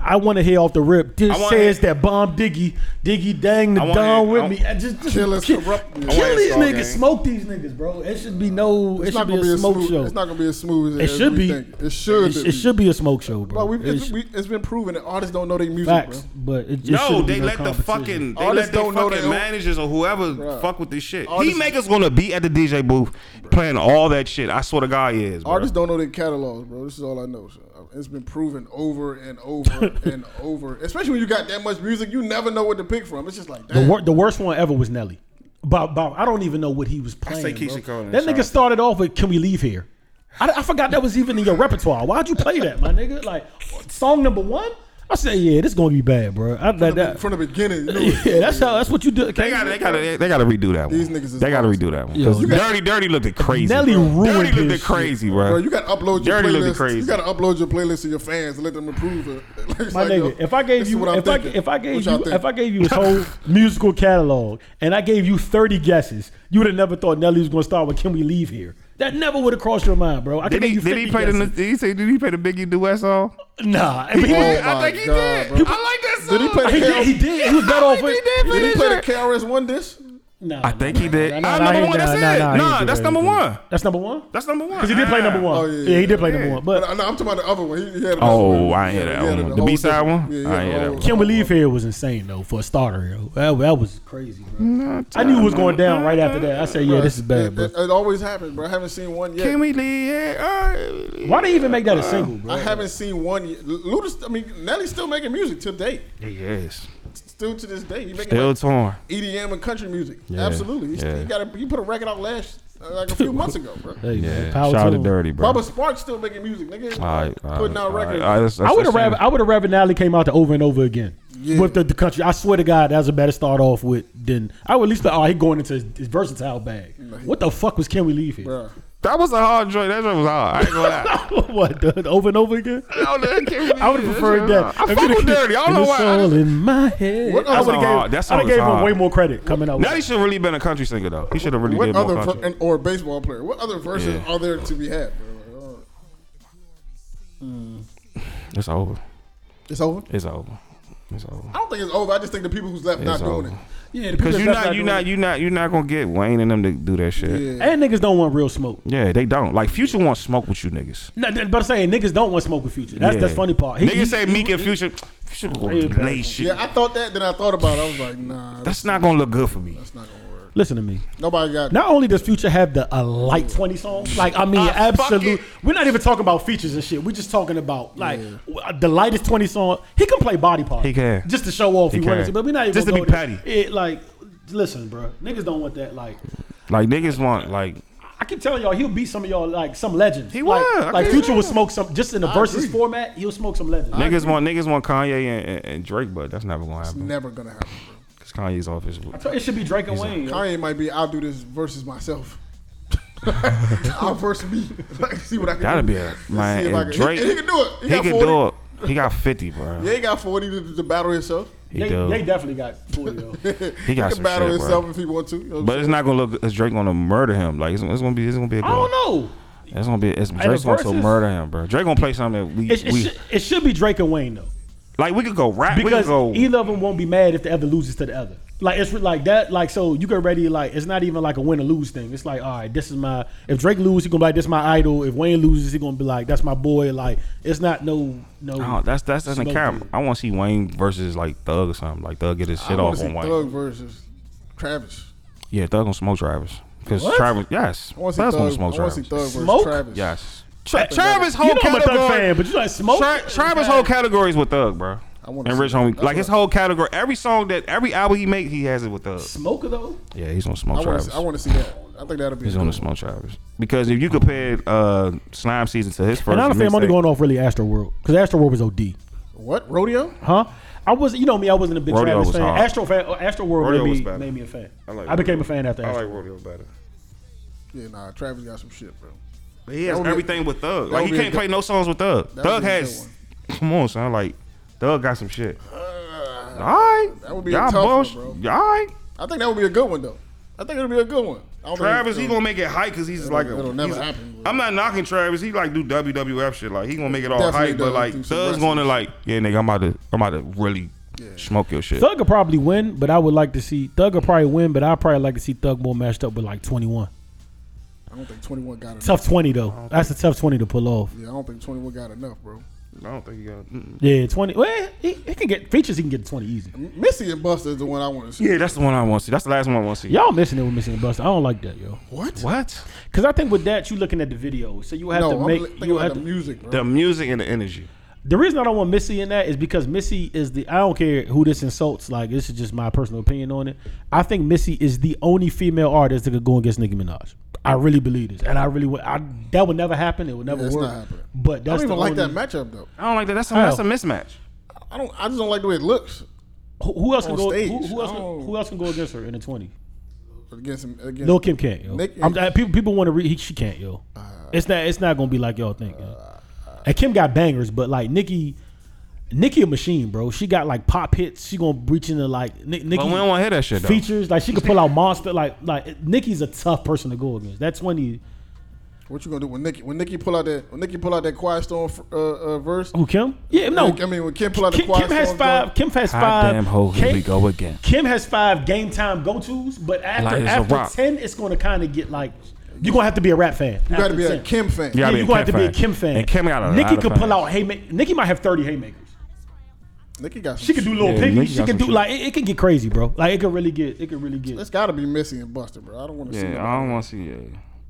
I, want to hear off the rip. This I wanna says hear- that bomb Diggy, Diggy Dang, the I wanna Don hear- with I- me. I just, just Kill us, kill, corrupt. kill I wanna hear these Saw niggas, Gang. smoke these niggas, bro. It should be no. It It's should not be gonna a be as smoke smooth. show. It's not gonna be as smooth It as, as should we be. think. It should. It, be. it should be a smoke show, bro. But we, It it's, sh- we, it's been proven that artists don't know their music, facts, bro. but it just No, shouldn't be they no let the competition. fucking they Artists let their don't know they fucking own- managers or whoever Bruh. fuck with this shit. Artists- he make us gonna be at the DJ booth playing all that shit. I swear to God, he is. Bro. Artists don't know their catalogs, bro. This is all I know. So it's been proven over and over and over. Especially when you got that much music, you never know what to pick from. It's just like The, damn. wor- the worst one ever was Nelly. Bob, Bob, I don't even know what he was playing. say bro. Keisha Cole and That nigga Shawty. started off with "Can we leave here?" I, I forgot that was even in your repertoire. Why'd you play that, my nigga? Like song number one. I said, yeah, this gonna be bad, bro. I, that, that, from the beginning, you knew it. yeah, that's how. That's what you do. They gotta, they gotta, they gotta redo that one. These niggas is they gotta awesome. redo that one. Yo, 'Cause you got- dirty, dirty looked it crazy. Nelly bro. ruined Dirty looked his it crazy, bro. Bro, you gotta upload your Dirty looking playlist. crazy. You gotta upload your playlist to your fans and let them approve it. It's my like, nigga, yo, if I gave this is you, what I'm if I, thinking. if I gave What you, y'all if think? I gave you his whole musical catalog, and I gave you thirty guesses, you would have never thought Nelly was gonna start with "Can we leave here?" That never would have crossed your mind, bro. I did could he, give you did he 50 play the? guesses. Did he say? Did he play the Biggie duet song? Nah, but he, Oh did- my I think he God, did. bro. I like that song. Did he play the he K- did. He did. He was better off. I think with- he did play Did he that play the shit. KRS One disc? Nah, I think he did. Nah, Ah, nah, nah, number he- one. That's nah, it. nah, Nah, he did that's play number that. one. That's number one. That's number one. Because he did play number one. Oh, yeah, yeah, he did play yeah. number one. But But no, I'm talking about the other one. He, he had a Oh, I ain't hear that one. The B-side one? I ain't hear that one. Can We Leave Here was insane though for a starter. Yo. That, that was crazy. Bro. I knew it was going down right after that. I said, yeah, this is bad, It, bro. it, it always happens, bro. I haven't seen one yet. Can we leave? Yeah. Why they even make that a single, I bro? haven't seen one. Yet. Ludacris, I mean, Nelly's still making music to date. He is. Still to this day, he making Still like, torn. EDM and country music. Yeah. Absolutely, He's- Yeah. he got. A, he put a record out last uh, like a few months ago, bro. Hey, man, Yeah. power Shout out to to him. Dirty, bro. Bubba Sparks still making music, nigga. All right, all right, putting out all right, records. all right, that's- I that's- would have that's- rather I would have rather Nally came out to over and over again with the, the country. I swear to God, that was a better start off with than I would at least be, oh he going into his, his versatile bag. What the fuck was Can We Leave Here? Bruh. That was a hard joint. That joint was hard. I ain't gonna lie. what the, the over and over again? No, that can't be I would have it. preferred that. That's not- I fuck with Dirty. I don't know It's why. I all just- in my head. What I other- would have gave, Uh, That song I would've is gave him hard. way more credit coming out. with Now he that. should have really been a country singer though. He should have really What did more other ver- country. and, or baseball player? What other versions Yeah. are there to be had? Bro? Uh, It's over. It's over. It's over. It's over. I don't think it's over. I just think the people who's left not It's doing over. it. Yeah, the Cause people you that's not you doing not it. you not you not gonna get Wayne and them to do that shit. Yeah. And niggas don't want real smoke. Yeah, they don't. Like Future won't smoke with you niggas. No, th- but I'm saying niggas don't want smoke with Future. That's yeah. that's funny part. He- niggas he- say Meek and Future. Future gonna Yeah, lay shit. Yeah, I thought that. Then I thought about it. I was like, nah, that's, That's not gonna look good for me. not gonna work. Listen to me. Nobody got. Not only does Future have the a light twenty song, like I mean, I Ah, fuck absolute. it. We're not even talking about features and shit. We're just talking about like w- the lightest twenty song. He can play body part. He can. just to show off. He, He wanted can. to, but we're not even Just to gonna be go there. petty. It like, listen, bro. Niggas don't want that. Like, Like niggas want like I keep telling y'all, he'll beat some of y'all like some legends. He like, will. I Like agree. Future will smoke some just in the versus agree. format. He'll smoke some legends. niggas want niggas want Kanye and, and, and Drake, but that's never gonna happen. Never gonna happen. Bro. Cause Kanye's off his. So it should be Drake and Wayne. yo. Kanye might be. I'll do this versus myself. I'll verse me. Like, see what I can. That'd do. be a Let's man. see if I can- And he- Drake, and he, can do it. He, He got can 40. do it. He got fifty, bro. He ain't got forty to, to battle himself. He they, do. they definitely got forty. Though. he got He some can battle shit, himself bro. if he wants to. You know what I'm But it's not gonna look. Is Drake gonna murder him? Like it's, it's gonna be. It's gonna be. A good, I don't know. It's gonna be. It's, Drake's gonna so verses- murder him, bro. Drake gonna play something that we. It, it, we should, it should be Drake and Wayne though, like we could go rap. we could because go. either of them won't be mad if the other loses to the other. Like it's re- like that. Like so, you get ready. Like it's not even like a win or lose thing. It's like all right, this is my. If Drake loses, he gonna be like this is my idol. If Wayne loses, he gonna be like that's my boy. Like it's not no no. Oh, that's that's doesn't Smoke count. it. I want to see Wayne versus like Thug or something. Like Thug get his shit I wanna off see on Wayne. Thug versus Travis. Yeah, Thug gonna smoke Travis. Because What? Travis, yes. I want Thug's to see Thug. I gonna smoke want to Travis. see Thug versus Smoke? Travis. Yes. Tra- Thug. Travis You whole know I'm a thug fan, category. but you like smoke. Tra- Travis whole category is with Thug, bro. I wanna And see Rich that. Homie, That's like his what- whole category, every song that every album he make, he has it with Thug. Smoker though. Yeah, he's gonna smoke I want Travis. to. I want to see that. I think that'll be. he's a good gonna one. smoke Travis because if you compare uh, Slime Season to his first, And honestly, I'm only mixtape- going off really Astro World because Astro World was OD. What rodeo? Huh? I was, you know me, I wasn't a big Rodeo Travis was fan. hard. Astro fan, Astro World Rodeo was made me, better. made me a fan. I, I like became Rodeo. a fan after I Astro. like Rodeo better. Yeah, nah. Travis got some shit, bro. But he has That would be- everything with Thug. would Like he be a can't good- play no songs with Thug. would Thug be a has, come on, son. Like Thug got some shit. Uh, All right, That would be a y'all tough one, both. bro. All right, I think that would be a good one though. I think it'll be a good one. I don't think Travis, he it'll- gonna make it hype because he's just it'll- like a. it'll never he's- happen, bro. I'm not knocking Travis. He like do WWF shit. Like he gonna make it all Definitely hype, but does. like Do Thug's some going to like, yeah, nigga, I'm about to, I'm about to really smoke your shit. Thug would probably win, but I would like to see Thug would probably win, but I'd probably like to see Thug more matched up with like 21. I don't think 21 got enough. Tough 20 Oh, though. That's a tough 20 to pull off. Yeah, I don't think 21 got enough, bro. I don't think he got. mm-mm. Yeah, 20. Well, he, he can get features. He can get to 20 easy. M- Missy and Buster is the one I want to see. Yeah, that's the one I want to see. That's the last one I want to see. Y'all missing it with missing the bus. I don't like that, yo. What? What? Because I think with that, you looking at the video, so you have No, to I'm make. li- thinking You about have the to, music, bro. The music and the energy. The reason I don't want Missy in that is because Missy is the I don't care who this insults, like this is just my personal opinion on it. I think Missy is the only female artist that could go against Nicki Minaj. I really believe this. And I really would I, that would never happen. It would never Yeah, it's work. not happening. But I that's don't even the like that only- matchup though. I don't like that. That's a, How? that's a mismatch. I don't. I just don't like the way it looks Who, who else on can go stage. who, who else Oh. can, who else can go against her in the twenty? against him. Against No Kim can't, yo. Nicki- I'm, I, people people want to read she can't, yo. Uh, it's not it's not gonna be like y'all think, yo. And Kim got bangers, but like Nicki Nicki a machine, bro. She got like pop hits. She gonna breach into like Nick, Nicki. But we don't want to hear that shit though. features. Like she could pull out monster. Like like Nikki's a tough person to go against. That twenty. What you gonna do when Nikki? When Nikki pull out that? When Nikki pull out that Quiet Storm uh, uh, verse? Who Kim? Yeah, Oh, no. I mean, when Kim pull out the Kim, Quiet Kim has Storm five. joint, Kim has God five. damn ho, here Kim- we go again. Kim has five game time go tos, but Like, after it's a rock. after ten, it's gonna kind of get like you're gonna have to be a rap fan. you gotta be a Kim fan. Yeah, Yeah. gotta be you're a gonna have to Kim be a fan. Kim fan. And Kim got a lot Nikki of could pull fans. out haymakers. Nikki might have thirty haymakers. Nikki got. Some She could do little Yeah, piggy. Nikki She got could some do shit. like it, it could get crazy, bro. Like it could really get it could really get. It's gotta be Missy and Buster, bro. I don't want to see. Yeah, them. I don't want to see. Yeah,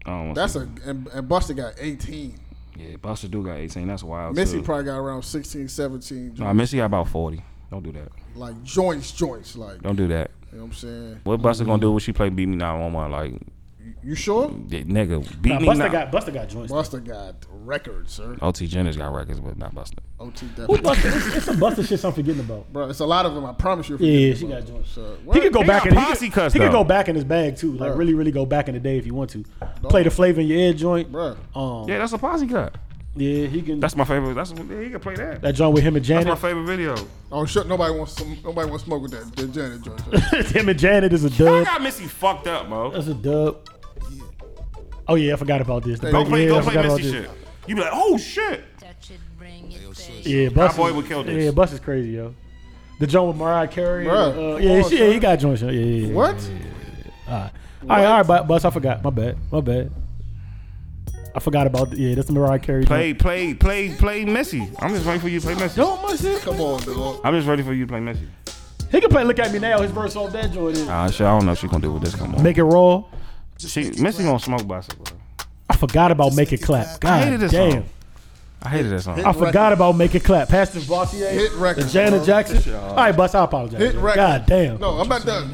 I don't want. That's see a and, and Buster got 18. Yeah, Buster do got 18. That's wild. Missy too. probably got around 16, 17. Nah, Missy got about 40. Don't do that. Like joints, joints. Like you Don't do that. know what I'm saying. What Buster gonna do when she play Beat Me Now One More? Like, You sure? yeah, nigga, Beat Nah, Me Buster Now. got Buster got joints. Buster got records, sir. OT Jennings got records, but not Buster. OT Who definitely. Buster? It's, it's some Buster shit I'm forgetting about. Bro, it's a lot of them. I promise you. if you Yeah, get she them, got bro. joints. So, He could go They back got and he posse could, cuts, he could though. go back in his bag too. Like Bruh. really, really go back in the day if you want to. Play the flavor in your ear joint. Bruh. Um, yeah. Yeah, that's a posse cut. he can. That's my favorite. That's yeah, he can play that. that joint with him and That's my Janet. favorite video. Oh shit! Nobody wants some. Nobody wants to smoke with that that Janet joint. sir. him and Janet is a I dub. got Missy fucked up, bro. That's a dub. Oh yeah, I forgot about this. The Go break- play, yeah, I go play forgot about Missy this. shit. You be like, oh shit. Touch it, bring it, babe. Yeah, That Bus. boy is- would kill Yeah, this. Bus is crazy, yo. The joint with Mariah Carey. and, Bruh, uh, come yeah, on, she, yeah, he son. got joints. Yeah, yeah, yeah, yeah. what? All right, all right, all right, Bu- Bus. I forgot. My bad. My bad. I forgot about. The, yeah, that's the Mariah Carey. joint. Play, play, play, play Missy. I'm just waiting for you to play Missy. Don't miss it. Come on, dog. I'm just ready for you to play Missy. He can play Look At Me Now. His verse off that joint is. Ah, shit. I don't know if she gonna do with this. Come on. Make It Raw. she, Missy gonna smoke Buster, bro. I forgot about Make It Clap. God I hated this damn. song. I hated that song. I forgot about Make It Clap. Pastor Vautier. Hit records, The Janet bro. Jackson. All right, Bus, I apologize. Hit yo. records. God damn. No, I'm not done.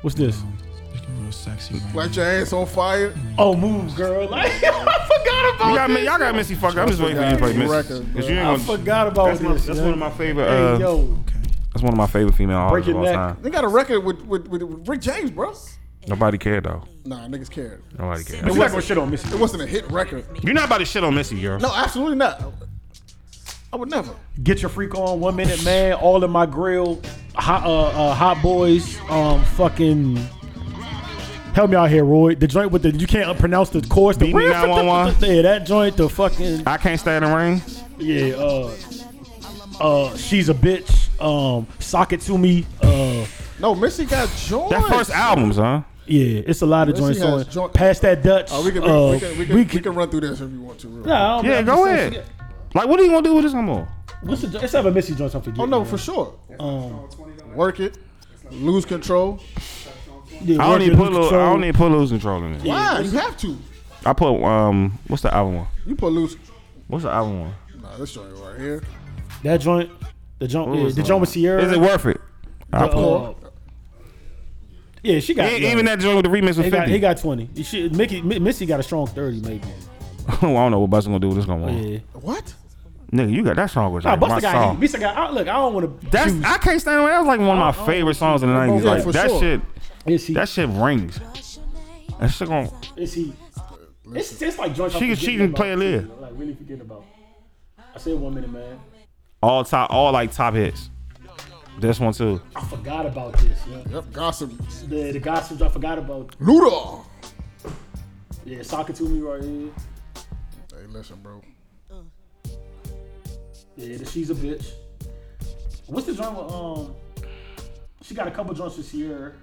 What's this? Light your ass on fire. Oh, Move Girl. Like, I forgot You about got, this. y'all got Missy fucked. up. I'm just waiting for you to play Missy. Record, 'Cause you ain't I gonna- forgot about that's my- this, that's yo. one of my favorite. Uh, Hey, yo. That's one of my favorite female Break artists of your all neck. time. They got a record with with, with, with Rick James, bro. Nobody cared though. Nah, niggas cared. Nobody cared. We're not going to shit on Missy. It wasn't a hit record. You're not about to shit on Missy, girl. No, absolutely not. I would never. Get Your Freak On, One Minute Man, All in My Grill, Hot, uh, uh, hot Boys, um, fucking. Help me out here, Roy. The joint with the you can't pronounce the chorus. The Beat Me 911. yeah, that joint. The fucking I can't stay in the ring. Yeah, uh, uh, she's a bitch. Um, sock it to me. Uh, No, Missy got joints. That first albums, huh? yeah, it's a lot of Missy joints on. has joint- Pass that Dutch. Oh, we can, uh, we, can, we, can, we, can, run through this if you want to. Real. quick. Nah, I don't- Yeah, I'm go just saying, ahead. Like, what are you gonna do with this no more? What's the? jo- Let's have a Missy joint something. Um, Oh no, for sure. Um, Work it. Lose control. Yeah, I don't work need your put lose lo- I control. don't need put losing control in it. Why? You have to. I put um what's the album one? You put loose. What's the album one? Nah, this joint right here. That joint, the joint, What yeah, was the that? joint with Sierra. Uh, Is it worth it? I the, put, uh, yeah, she got E- yo, even that joint with the remix He with got, he fifty. got twenty. She, Mickey, Mi- Missy got a strong thirty, maybe. I don't know what Busta gonna do with this gonna win. Yeah. What? Nigga, you got that song was Nah, like my Busta got heat. song. Missy got. I, look, I don't want to. That's I can't stand it. That was like one Oh, of my favorite songs in the nineties. yeah, Like for that sure. shit, Is he? that shit rings. That shit gonna. Is he? It's, it's like joints. I'm She can- she forgetting can about, play it there. you know, Like really forgetting about. I said one minute, man. all top, all like top hits. This one too. I forgot about this. Yeah. Yep, gossip. The the gossips I forgot about. Luda. Yeah, soccer to me right here. Hey, listen, bro. Yeah, the she's a bitch. What's the joint with um? She got a couple joints with Sierra.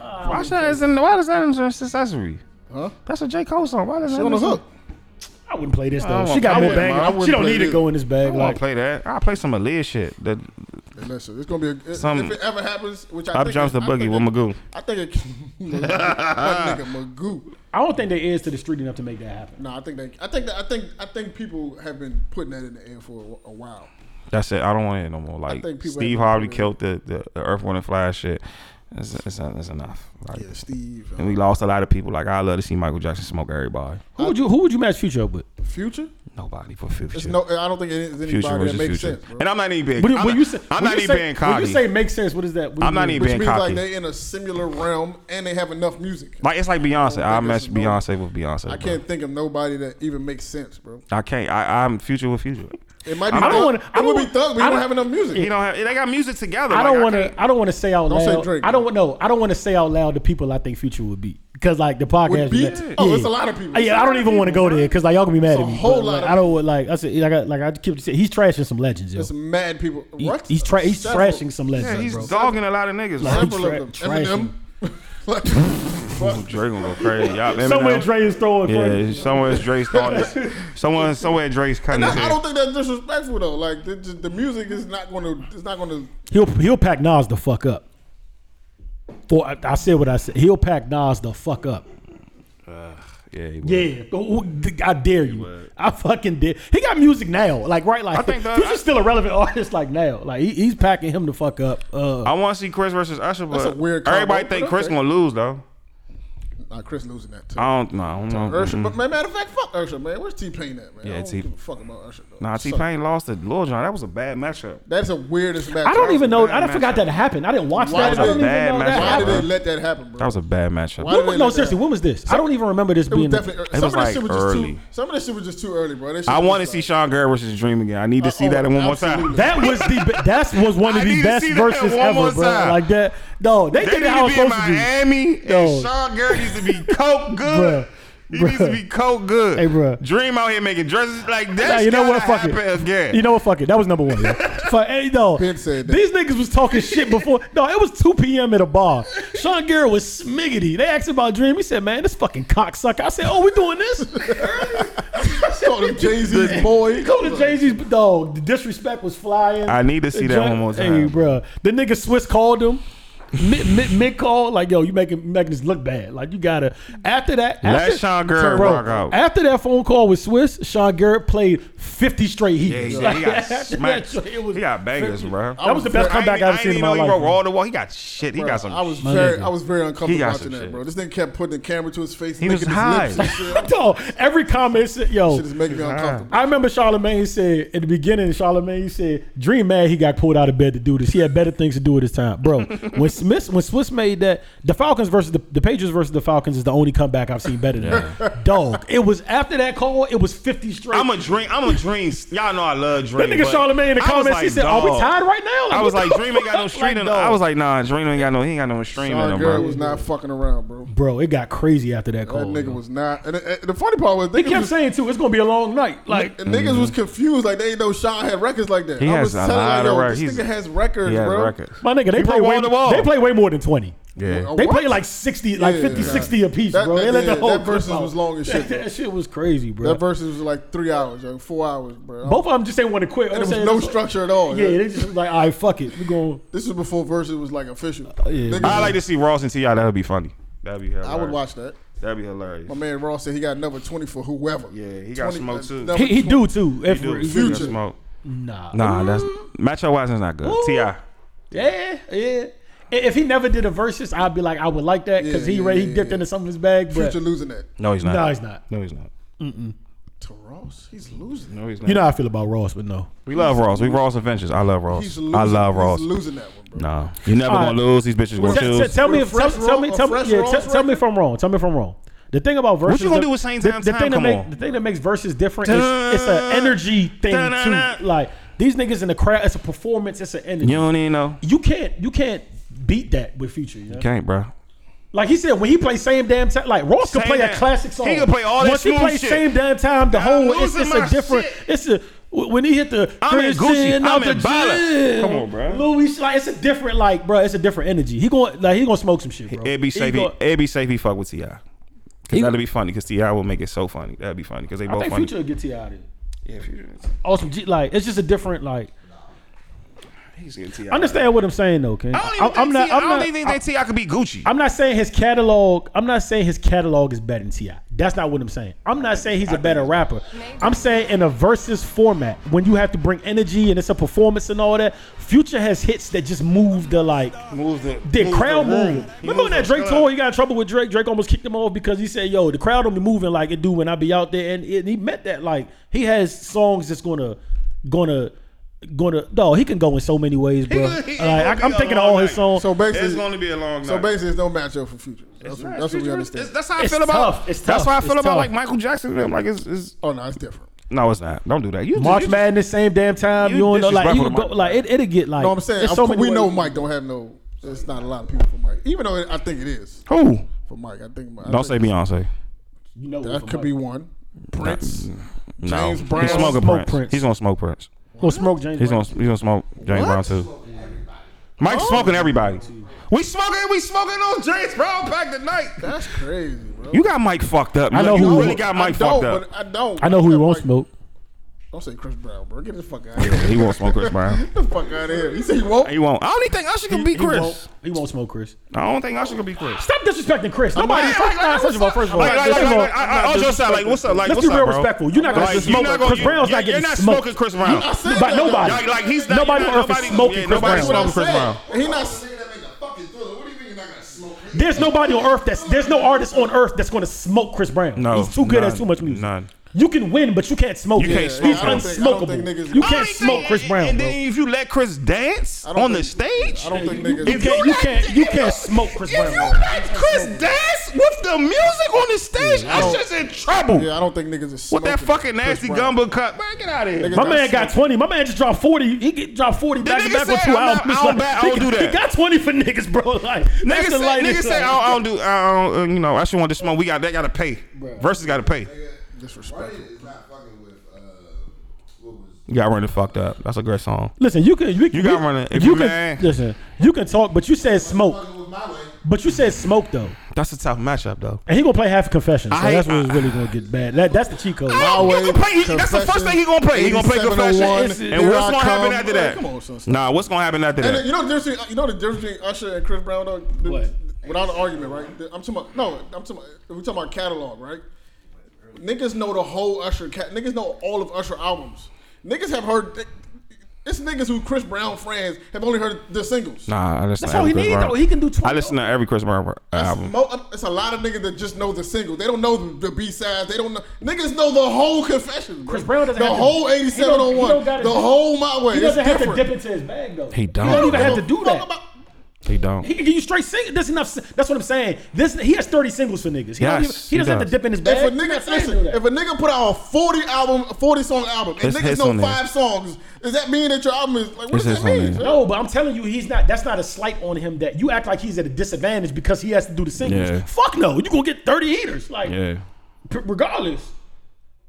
Uh, Why should is in, why does that in accessory? Huh? That's a J Cole song. Why does She that? on the hook. I wouldn't play this I though. don't She got wanna- more I wouldn't, man. I bang. wouldn't She don't play need to this. go in this I bag. want Like, to play that. I'll play some Aaliyah shit. That Hey, listen, it's gonna be a, it- Some- if it ever happens, which I up think jumps it- the I boogie think with it- Magoo. I think it. that nigga Magoo. I don't think they is to the street enough to make that happen. No, I think they. I think that. I think. I think people have been putting that in the air for a, a while. That's it. I don't want to hear no more. Like think people Steve have- Harvey killed the, the, the Earth, Wind, and Fire shit. It's, it's, it's enough. Like, Yeah, Steve. uh, And we lost a lot of people. Like I love to see Michael Jackson smoke everybody. Who would you Who would you match Future up with? Future. Nobody for It's future. no. I don't think it is anybody future that versus makes future. sense. Bro. And I'm not even big. When, you- I'm when not, you say, I'm when not you even say- being When you cocky. say make sense, what is that? What do I'm you not mean? even Which being means cocky. like they in a similar realm and they have enough music. Like it's like Beyonce. I think match this Oh, is normal. Beyonce with Beyonce. I bro. can't think of nobody that even makes sense, bro. I can't. I, I'm future with future. It might be. I don't Thug. wanna- I It would be don't- thug. We I don't don't- have enough music. You don't have. They got music together. I don't Like, want to. I don't want to say out Don't loud. say Drake, I don't want no. I don't want to say out loud the people I think Future would beat because like the podcast. Would beat? Yeah. Uh, Oh, it's a lot of people. Yeah, I don't even want to go there because like y'all gonna be mad It's a at me. whole but, lot like, of I don't want like I said like I, like I keep saying he's trashing some legends. Yo. It's mad people. He- What? he's tra- he's Several- trashing some Yeah, legends, he's bro. dogging a lot of niggas. Bro. Several tra- of them. Eminem. Like, Ooh, Dre gonna go crazy. Y'all, Eminem. Somewhere Dre is throwing. Yeah, Yeah. somewhere Dre's throwing this. Someone, somewhere Dre's cutting his I, I hair. don't think that's disrespectful though. Like the, the the music is not going to. It's not going to. He'll he'll pack Nas the fuck up. For I, I said what I said. He'll pack Nas the fuck up. Yeah, he would. Yeah, who- who- I dare you. I fucking dare. He got music now, like right, like I think that- Future's I- still a relevant artist, like now, like he, he's packing him the fuck up. Uh, I want to see Chris versus Usher, but That's a weird combo, everybody but think Chris okay. gonna lose though. Nah, Chris losing that. Too. I don't know. I don't know. Ursha, Mm-mm. but man, matter of fact, fuck Ursha, man. Where's T Pain at, man? mm-hmm. Yeah, I don't T- give a fuck about Ursha. Though. Nah, T Pain lost to Lil Jon. That was a bad matchup. That's the weirdest match. I don't even know. bad I forgot matchup. that happened. I didn't watch Why that. I did don't even they- Bad know that Why matchup. did happened. they let that happen, bro? That was a bad matchup. Why did When was- they no, let that seriously, happen? when was this? I don't even remember this It was being. definitely. uh, It some was of this like shit was just early. too. Some of this shit was just too early, bro. That shit I was want to just see like- Sean Gary versus Dream again. I need to see oh, that in one more absolutely. time. that was the be- that's was one of I need the to best see that verses one more ever, bro. time. Like that. No, they, They did need it how to it's be in supposed to be. Miami, Yo. and Sean Gary needs to be coke good. Bruh. He needs to Bruh. be coke good. Hey, bruh. Dream out here making dresses like that. Nah, you know what? Fuck happen it. Again. You know what? Fuck it. That was number one. yo. Fuck, hey, no. Ben said that. These niggas was talking shit before. No, it was 2 p.m. at a bar. Sean Garrett was smiggity. They asked about Dream. He said, man, this fucking cocksucker. I said, oh, we doing this? Call him Jay Z's boy. Go to Jay Z's dog. The disrespect was flying. I need to see The that joint- one more Hey, time. bro, the nigga Swiss called him. mid, mid, mid call, like yo, you making making this look bad. Like you gotta. After that, Let after, Sean Garrett Bro, rock out. After that phone call with Swiss, Sean Garrett played fifty straight heat. Yeah, he, did. he got After that smacked. joint, it was He got bangers, bro. That was the best comeback I've seen in my He life. wrote bro. all the wall. He got shit. He got some. I was shit. very, I was very He uncomfortable got watching some that, shit. bro. This nigga kept putting the camera to his face. He licking his was high. lips and shit. Dog, every comment said, yo. Shit is making me uncomfortable. I remember Charlemagne said at the beginning, Charlemagne said, Dream mad he got pulled out of bed to do this. He had better things to do at his time. Bro, when Smith when Swiss made that, the Falcons versus the, the Patriots versus the Falcons is the only comeback I've seen better than that. Dog. It was after that call, it was 50 straight. I'm a dream. I'm a dream. Y'all know I love dream. that nigga but Charlemagne in the I was comments, he like, said, Are we dog. tied right now? I was what like, the Dream ain't got no fuck? street in him. dog. I was like, nah, Dream ain't got no, he ain't got no stream in Sean him, Gary bro. Oh, was not fucking around, bro. Bro, it got crazy after that That call. nigga yo. was not. And, and the funny part was, They niggas kept was- saying too, it's gonna be a long night. Like And niggas was confused, like they didn't know Sean had records like that. Mm-hmm. He I has was a telling lot like, of yo, records. this nigga He's- has records, he has bro. records. My nigga, they He play broke way all the wall. they play way more than twenty. Yeah. A They what? played like 60, like Yeah. 50, 60 a piece, That- bro. that- They let yeah, the whole that clip versus out. was long as shit, That, that shit was crazy, bro. That verse was like three hours, like four hours, bro. Both of them just didn't want to quit. and there was They said- no structure at all. Yeah, Yeah, they just was like, all right, fuck it. We're going. this is before verses was like official. yeah. Niggas- Uh, I like to see Ross and Ti. That'll be funny. That'd be hilarious. I would watch that. That'd be hilarious. My man Ross said he got another twenty for whoever. Yeah, he got smoke too. another He, he 20. do too. If Dude, he- Future. Future smoke. nah. Nah, that's Macho Watson's not good. Ti. Yeah, yeah. I- If he never did a versus, I'd be like, I would like that because Yeah, he yeah, re- he yeah, dipped yeah. into some of his bag. But Future losing that No, he's not. no, he's not. No, he's not. to Ross. He's losing. No, he's not. You know how I feel about Ross, but no. we love Ross. We Ross Adventures. I love Ross. He's losing. I love he's Ross. losing that one, bro. No, you're never All right. gonna lose. These bitches gonna Tell, tell- choose. tell me With if a fresh tell, tell me Ross- tell, a fresh yeah, Ross tell, tell me record? if I'm wrong. Tell me if I'm wrong. The thing about versus, you gonna that- do with Saints the, Town the Time? thing that Come make, on. the thing that makes versus different is it's an energy thing Da-na-na. too. Like these niggas in the crowd, it's a performance, it's an energy. You don't even know. You can't you can't beat that with Future. You know? Can't, bro. Like he said, when he plays same damn time, like Ross can Same play a damn- classic song. he can play all that Once he smooth plays shit. same damn time, the whole it's, losing it's a my different. shit. It's a when he hit the I'm in Gucci. Christian I'm out in the Bala. gym, Come on, bro. Louis, like it's a different, like bro, it's a different energy. He going like he gonna smoke some shit, bro. It'd be He safe. gonna- It'd be safe. He fuck with Ti. Cause that'd be funny. Cause Ti will make it so funny. That'd be funny. Cause they I both think funny. Future will get Ti out of it. Yeah, Future. Awesome, G, like it's just a different, like. He's getting Ti. I understand what I'm saying though, Ken. I don't even think I'm not. T.I. I I'm don't not. even think that Ti could be Gucci. I'm not saying his catalog. I'm not saying his catalog is better than Ti. That's not what I'm saying. I'm not saying he's a better rapper. I'm saying in a versus format, when you have to bring energy and it's a performance and all that. Future has hits that just move the like Moves the, the crowd move. Remember when moves that the Drake crowd. tour, he got in trouble with Drake. Drake almost kicked him off because he said, "Yo, the crowd don't be moving like it do when I be out there." And, and he meant that. Like he has songs that's gonna, gonna, gonna. No, he can go in so many ways, bro. could- he- Like, I, he'll I'm be thinking a of all long his night. songs. So basically, It's gonna be a long night. so basically, it's no matchup for Future. That's, what, that's what we understand. It's- That's how I It's feel about. tough. It's That's tough. how I It's feel about tough. like Michael Jackson. I'm like, it's, it's oh no, it's different. no, it's not. Don't do that. You March you, Madness, same damn time. you You, don't know, like you disrespectful can to go, Mike. like it, it'll get like. No, I'm saying there's of so cour- many we know ways. Mike don't have no. It's not a lot of people for Mike, even though I think it is Who? for Mike. I think I Don't think say Beyonce. You know that could be one. Prince. No, James Brown. he's smoking Smoke Prince. Prince. He's gonna smoke Prince. Well, smoke James. He's Brown. gonna he's gonna smoke James Brown too. Mike's Oh. smoking everybody. We smoking, we smoking on James Brown pack tonight. That's crazy, bro. You got Mike fucked up. I know you who- really got Mike I fucked don't, up. But I don't. I know who he got won't Mike- smoke. Don't say Chris Brown, bro. Get the fuck out of here. He won't smoke Chris Brown. Get the fuck out of here. He said he won't. He won't. I don't even think Usher can beat He won't- Chris. He won't smoke Chris. I don't think Usher can beat Chris. Stop disrespecting Chris. Nobody. not- First, like, like, first of all, first of all, Like, like, first like, of all, like, I- I- on your side, like, what's up? Like, Let's what's be up, real bro? respectful. You're not gonna Like, smoke. you're not gonna- Chris Brown's you're- not getting You're not smoked. smoking Chris Brown. I said But that, nobody. though. Like, like he's not. Nobody you on know, earth is nobody- smoking yeah, Chris nobody Brown. smoking Chris Brown. He not. Nigga that make a fucking thriller. What do you mean you're not gonna smoke? me? There's nobody on earth that's there's no artist on earth that's gonna smoke Chris Brown. No, he's too good none, at too much music. none. You can win, but you can't smoke. You him. can't smoke He's him. I don't think- I don't think unsmokable. niggas- You I can't Only thing- smoke Chris Brown, And bro. then if you let Chris dance don't on the think- stage, I don't think You niggas. can't, you can't, you can't smoke Chris If Brown. you bro. let Chris dance with the music on the stage, I don't- Usher's in trouble. Yeah, I don't think niggas is With smoking that fucking Chris nasty Brown. gumbo cut, man, get out of here. Niggas My not man got smoking. 20. My man just dropped 40. He get, dropped 40 back to nigga back said, with two "I'm not- albums. I don't bat- I don't he, do He that. got 20 for niggas, bro. Like, that's Niggas the say, lightest. niggas say, I don't, I don't do, I don't, uh, you know, I should want to smoke. We got, they got to pay. Versus got to pay. Disrespectful. It's not fucking with uh, what was You got running fucked up. That's a great song. Listen, you can, you, can- You got running- if You you can mad- listen. You can talk, but you said smoke. fucking with my way. But you said smoke though, That's a tough matchup, though. and he gonna play half confession. So I- that's where it's really gonna get bad. That, that's the cheat code. My You way, can play- he- that's the first Oh, Confession, thing he gonna play. He gonna play 8701, confession. And Here what's I gonna happen Come. after that? Come on, son. Nah, what's gonna happen after And then, that? you know the difference. Between, you know the difference between Usher and Chris Brown. Though, The- What? Without an argument, right? The- I'm talking about no. I'm talking about we talking about catalog, right? Niggas know the whole Usher. Cat, niggas know all of Usher albums. Niggas have heard. It's niggas who Chris Brown fans have only heard the singles. Nah, I listen That's to all every he Chris needs Brown. though. He can do 20. I listen to every Chris Brown It's, album. mo- it's a lot of niggas that just know the single. They don't know the, the B sides. They don't know. Niggas know the whole confession. Bro. Chris Brown doesn't The have to- whole he don't- he don't 8701. gotta The do- whole My Way. He doesn't it's have to different. dip into his bag though. He don't. He don't even He have to do Talk that. about- He don't. He can give you straight singles. That's enough. si- That's what I'm saying. This he has 30 singles for niggas. He, Yes, don't even, he he doesn't have to does. dip in his bag. If a I'm not nigga saying listen, do that. if a nigga put out a forty album, a forty song album, and It's niggas hits know on there. five songs, does that mean that your album is like what does It's hits that on mean? there. man? no, but I'm telling you, he's not. That's not a slight on him. That you act like he's at a disadvantage because he has to do the singles. Yeah. Fuck no, you gonna get 30 eaters. Like Yeah. p- regardless.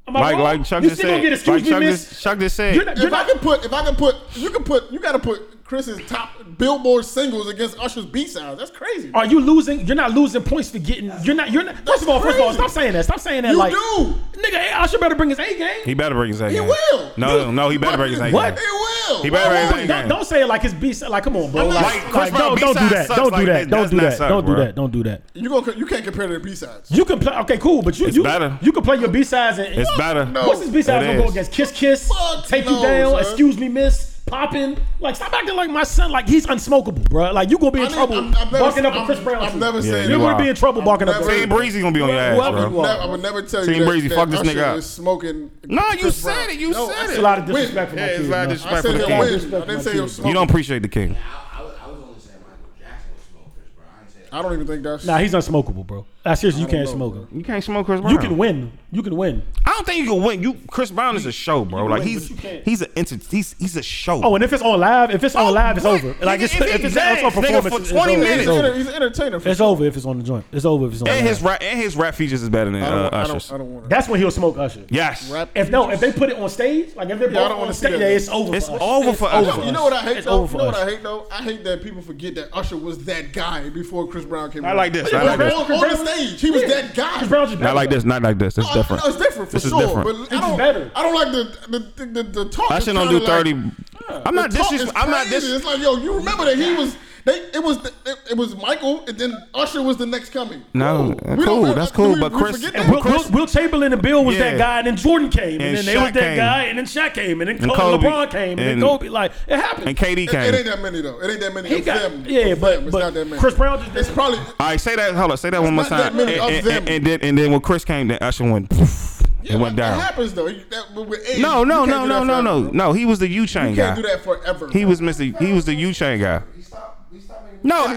Am I Like wrong? like Chuck you just still gonna said. get Like excuse me, Chuck miss. just Chuck just said. You're not. You're If I not can put, if I can put, you can put, you gotta put Chris's top Billboard singles against Usher's B sides. That's crazy. Are you losing? You're not losing points for getting. You're not. You're not. First of all, first of all, stop saying that. Stop saying that. You like, do. nigga, Usher better bring his A game. He better break his A He game. will. No, You- no, he better break his A What? game. He will. Oh He better break his A Don't, game. don't say it like it's B. Like, come on, bro. I'm not- Like, Like, like, Chris Brown don't, don't do B-side that. sucks Don't do like that. that. Don't That's do not that. suck, Don't do bro. that. Don't do that. You gonna you can't compare to the B sides. You can play. Okay, cool. But you, It's you, better. you can play your B sides and It's better. What's his B sides It gonna go is. against? Kiss, kiss, Fuck take you no, down. son. Excuse me, miss. Popping. Like, stop acting like my son. Like he's unsmokable, bro. Like you gonna be in trouble barking up a Chris Brown. I've tree. never Yeah, said You're you gonna are. be in trouble barking up. a never- Chris Team Breezy gonna be on your ass, Whoever you bro. are. I would never tell Team you that, Breezy, that fuck this Usher nigga up. is smoking. No, you Chris said Brown. it. You No, I said it. It's a lot of Win. disrespect for my Yeah, it's kids, a lot of man. disrespect. I said for the that king. win. Disrespect I didn't my say you're kids. smoking. You don't appreciate the king. I, I, was- I was only saying Michael Jackson was smoking Chris Brown. I didn't say that. I don't even think that's. Nah, he's unsmokable, bro. I seriously, you don't can't know, smoke bro. him. You can't smoke Chris Brown. You can win. You can win. I don't think you can win. You Chris Brown is a show, bro. can Like win, he's but you can't. he's an enter- he's he's a show. Oh, and if it's on live, if it's on live, it's what? over. Like it's, Nigga, if if he it's an actual dance, nigga, performance for it's 20 over. he's, minutes. It's an over. enter- he's an entertainer. For It's sure. over if it's on the joint. It's over if it's on. and live. his rap and his rap features is better than I uh, don't, I Usher's. don't, I don't want That's when he'll smoke Usher. Yes, Rap. If no, if they put it on stage, like if they're Yeah, I both don't on wanna see stage, that. yeah, it's over. it's for Usher. over for over Usher. for You know what I hate It's though? over You for know what us. I hate though? I hate that people forget that Usher was that guy before Chris Brown came. Not out. like this, He was not like this. on, on the stage. He was that guy. Chris Brown's just Not like this. Not like this. It's No, different. Oh, No, it's different for This is sure. different. But It's I don't, better. I don't like the the the, the, the talk. Usher is don't do kinda thirty. Like, I'm the not talk is disres- I'm not crazy. dis. It's like yo, you remember that he was. They, it was the, it, it was Michael, and then Usher was the next coming. No, uh, Cool. We cool, don't- that's do cool, we- but we Chris- forget and that? Will, Will, Will Chamberlain and Bill was that Yeah. guy, and then Jordan came, and, And then they was Shaq that came. guy, and then Shaq came, and then And Kobe, Kobe. LeBron came, and, then And- Kobe. Like it happened. And KD It, it ain't came. that many though. It ain't that many. He of got- them. yeah, Of but- them. It's but not that many. Chris Brown just- It's probably All right, say that. Hold on, say that one more It's not that time. And, many of and, them. and, and then and then when Chris came, then Usher went. Poof, yeah, it went that- down. That happens though. You- that- but with age, No, you no, can't no, do no, that no, forever, no, bro. no. He was the U chain You guy. can't do that forever. He bro. was Mr. He was the U chain guy. We stopped. We stopped making. No,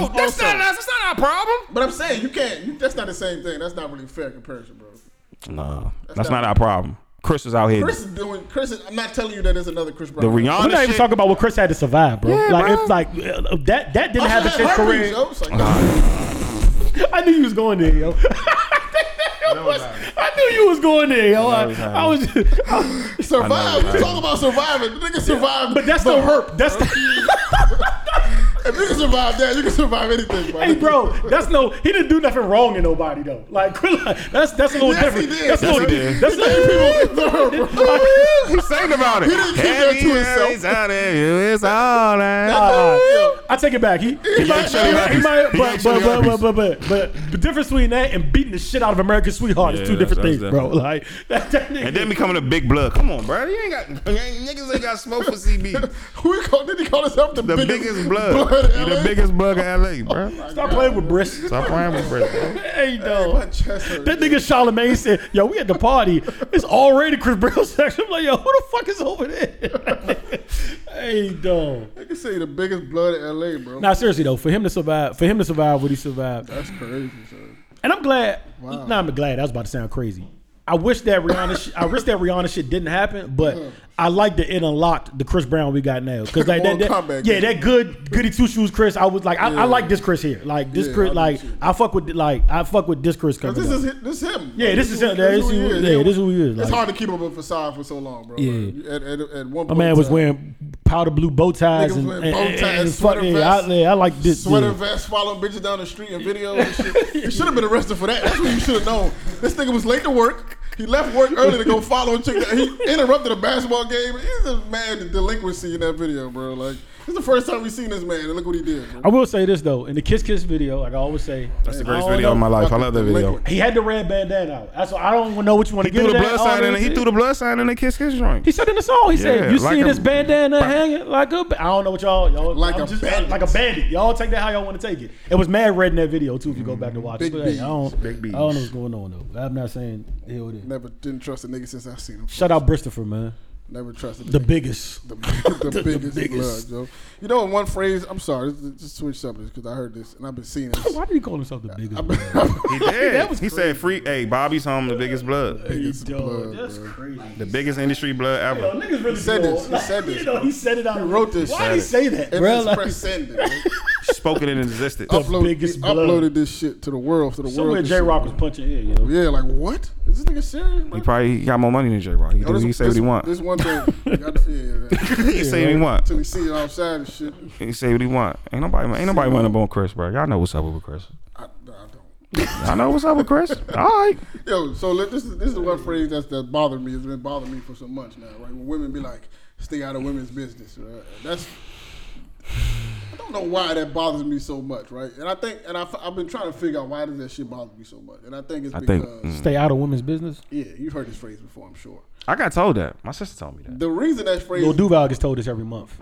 no, Mhm. that's Also- not us. That's not our problem. But I'm saying you can't. You, that's not the same thing. That's not really a fair comparison, bro. No, that's not our problem. Chris is out here. Chris is doing. Chris, is, I'm not telling you that it's another Chris the Brown. Rihanna. We're not even shit- talking about what Chris had to survive, bro. Yeah, like bro. if like uh, that that didn't happen to his herpes, career. yo. It's like, nah. I knew you was going there, yo. I knew you was going there, yo. I, was I was, Survive. I We know. talk about surviving. The nigga survived. but that's the the herp. That's the, If you can survive that, you can survive anything, bro. hey, bro. That's no. He didn't do nothing wrong to nobody though. Like that's that's a little Yes, he different. did. That's a Yes, little. he did. He gave people That's Oh, the herp, bro. He sang about it. He didn't keep that to Heavy himself. hands out of you, it's all Nah, right. yo, I take it back. He, he might, ain't show you he herpes. might, He but, ain't show but, you but, but, herpes. but, but, but, the difference between that and beating the shit out of American Sweetheart is Yeah, two that's- different that's things, bro. Like that, that nigga. And then becoming a big blood. Come on, bro. You ain't got niggas ain't got smoke for CB. Who he call, did he call himself the, The biggest, blood. in you the LA? biggest blood in LA, bro. stop playing with Briss. Stop playing with Chris, bro. hey, My dog. chest hurt. That nigga Charlemagne said, "Yo, we at the party. It's already Chris Brown section." I'm like, "Yo, who the fuck is over there?" hey, dog. nigga say the biggest blood in LA, bro. Now, seriously though, for him to survive, for him to survive what he survived, That's crazy, son. And I'm glad. Nah, I'm glad. That was about to sound crazy. I wish that Rihanna. sh- I wish that Rihanna shit didn't happen, but Uh-huh. I like that it unlocked the Chris Brown we got now. Cause like Mortal that, that- Kombat yeah, game. that good goody two shoes Chris. I was like, I, I like this Chris here. Like this Yeah, I Chris. do Like too. I fuck with like I fuck with this Chris coming. This up. is hi- this him. Yeah, this is him. Yeah, this is who- yeah, this is who he is, It's like- hard to keep up a facade for so long, bro. Yeah. At, at, at one My point, man in was time, wearing powder blue bow ties Niggas and, wearing and- bow and- ties, and sweater fucking. I, vests, yeah, I like this. sweater yeah. vest, following bitches down the street and videos. And shit. You should have been arrested for that. That's what you should have known. This nigga was late to work. He left work early to go follow a chick. That he interrupted a basketball game. He's just mad at delinquency in that video, bro. Like this is the first time we seen this man, and look what he did. Bro. I will say this though, in the Kiss Kiss video, like I always say, That's I the greatest don't video know. of my life. I love that video. Liquid. He had the red bandana out. That's why I don't know what you want to He get. threw the it at, blood all sign that in. He shit. threw the blood sign in the kiss kiss joint. He said in the song, he said, Yeah, "You like see a- this bandana hanging like a ba- I don't know what y'all y'all Like I'm a bandit. like a bandit. Y'all take that how y'all want to take it. It was mad red in that video too. If you go back to watch Mm, Big it, but hey, I don't, Big I don't know what's going on though. I'm not saying here it is. Never didn't trust a nigga since I seen him. Shout out Bristopher, man, Never trusted the nigga. biggest. the, the, biggest, biggest. blood, yo. You know, in one phrase, I'm sorry, just, just switch subjects because I heard this and I've been seeing this. Why did he call himself the biggest? I've been- He did. That was he said, "Free, hey, Bobby's home, the biggest blood, biggest Dog, blood, that's bro. crazy. the biggest industry blood ever." Yo, niggas really said do this. all- He said this, You know, bro. he said it out. He wrote this. Why did he Said say it. that, It's bro? Like, press send, bro. spoken and existed. Oh. Upload, biggest he blood. uploaded this shit to the world, so the Somewhere world. J could Rock was punching in, you know. see. Yeah, like what? Is this nigga serious? oh, He probably got more money than J Rock. He, do, he say what he want. This one thing, you gotta, yeah, yeah. He say what he want. until he see it outside and shit. He say what he want. Ain't nobody, ain't nobody running up on Chris, bro. Y'all know what's up with Chris. I, no, I don't. I know what's up with Chris. All right. Yo, so let, this is this is one phrase that's that bothered me. It's been bothering me for some months now, right? When women be like, "Stay out of women's business," right? That's I don't know why that bothers me so much, right? And I think, and I've, I've been trying to figure out why does that shit bother me so much. And I think it's I because think mm. Stay out of women's business. yeah, you've heard this phrase before, I'm sure. I got told that. My sister told me that. The reason that phrase, Lil Duval gets told this every month.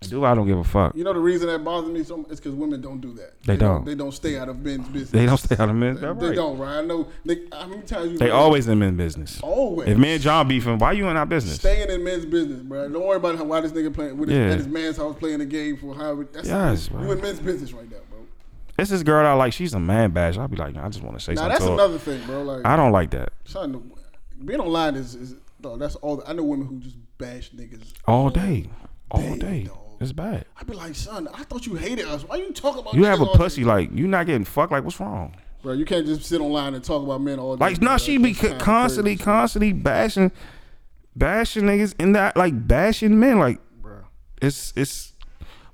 Dude, I don't give a fuck. you know, the reason that bothers me so much is because women don't do that. They don't. They don't stay out of men's business. They don't stay out of men's. They, Right. they don't, right? I know. They, how many times you? They always in men's business. Always. If me and John beefing, why you in our business? staying in men's business, bro. Don't worry about how why this nigga playing with his, Yeah. at his man's house playing a game for how that's Yes, bro. you in men's business right now, bro. It's this girl that I like. She's a man bash. I'll be like, I just want to say Now something. that's to her. another thing, bro. Like I don't like that. son, being online is is dog, that's all. I know women who just bash niggas. All day. All Dang, day. dog. It's bad. I be like, son, I thought you hated us. Why you talking about? You niggas have a all day?" pussy, like, you not getting fucked. Like, what's wrong? bro. You can't just sit online and talk about men all day. Like, no, bro. she be That's kinda constantly, crazy, constantly bashing, bashing niggas in that, like, bashing men. Like, bro. it's, it's,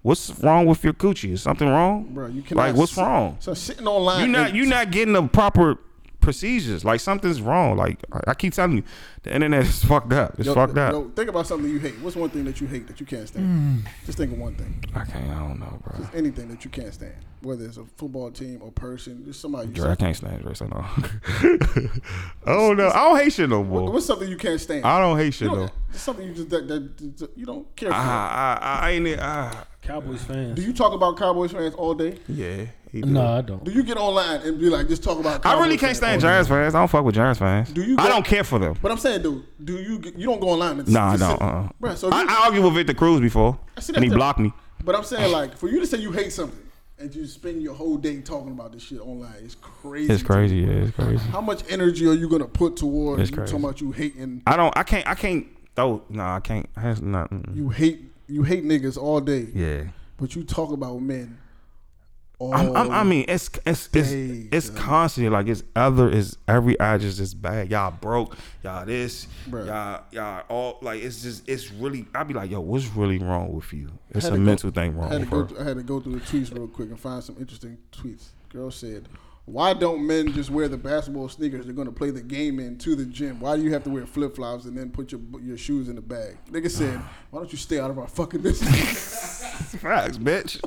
what's wrong with your coochie? Is something wrong? Bro, you cannot. like, what's sit- wrong? So sitting online, You not, and- you not getting the proper procedures. Like, something's wrong. Like, I- I keep telling you, the internet is fucked up. It's Yo, fucked up. yo, think about something you hate. What's one thing that you hate that you can't stand? Just think of one thing. I can't, I don't know, bro. Just anything that you can't stand, whether it's a football team or person, just somebody. You Dre, I can't stand Dre so long. oh no, I don't hate shit no more. What's something you can't stand? I don't hate you shit don't, though. it's something you just that, that, that you don't care for. I, I, I ain't it. ah. Cowboys Do fans. you talk about Cowboys fans all day? yeah. he do. No, I don't. Do you get online and be like, just talk about? Cowboys I really can't fans stand all day? Giants fans. I don't fuck with Giants fans. Oh, Do you I go- don't care for them. But I'm saying, dude, do you get- you don't go online? And Nah, I just don't. sit- Uh-uh. Bruh, so I, Oh, you- I argued with Victor Cruz before, I see and he that's a- blocked me. But I'm saying, like, for you to say you hate something and you spend your whole day talking about this shit online, it's crazy. It's crazy. Yeah, it's crazy. How much energy are you gonna put towards It's you crazy. talking about you hating? I don't. I can't. I can't. throw no, I can't. That's not. mm. You hate you hate niggas all day. Yeah. But you talk about men. All I'm, I'm, I mean, it's it's it's, Dang, it's constantly like it's other is every eye just is bad. Y'all broke, y'all this, Bruh. y'all y'all all like it's just it's really. I'd be like, yo, what's really wrong with you? It's Had a to go- mental thing I wrong had, to with go her. th- I had to go through the tweets real quick and find some interesting tweets. Girl said, "Why don't men just wear the basketball sneakers they're going to play the game in to the gym? Why do you have to wear flip flops and then put your your shoes in the bag?" Nigga said, "Why don't you stay out of our fucking business? Facts, bitch.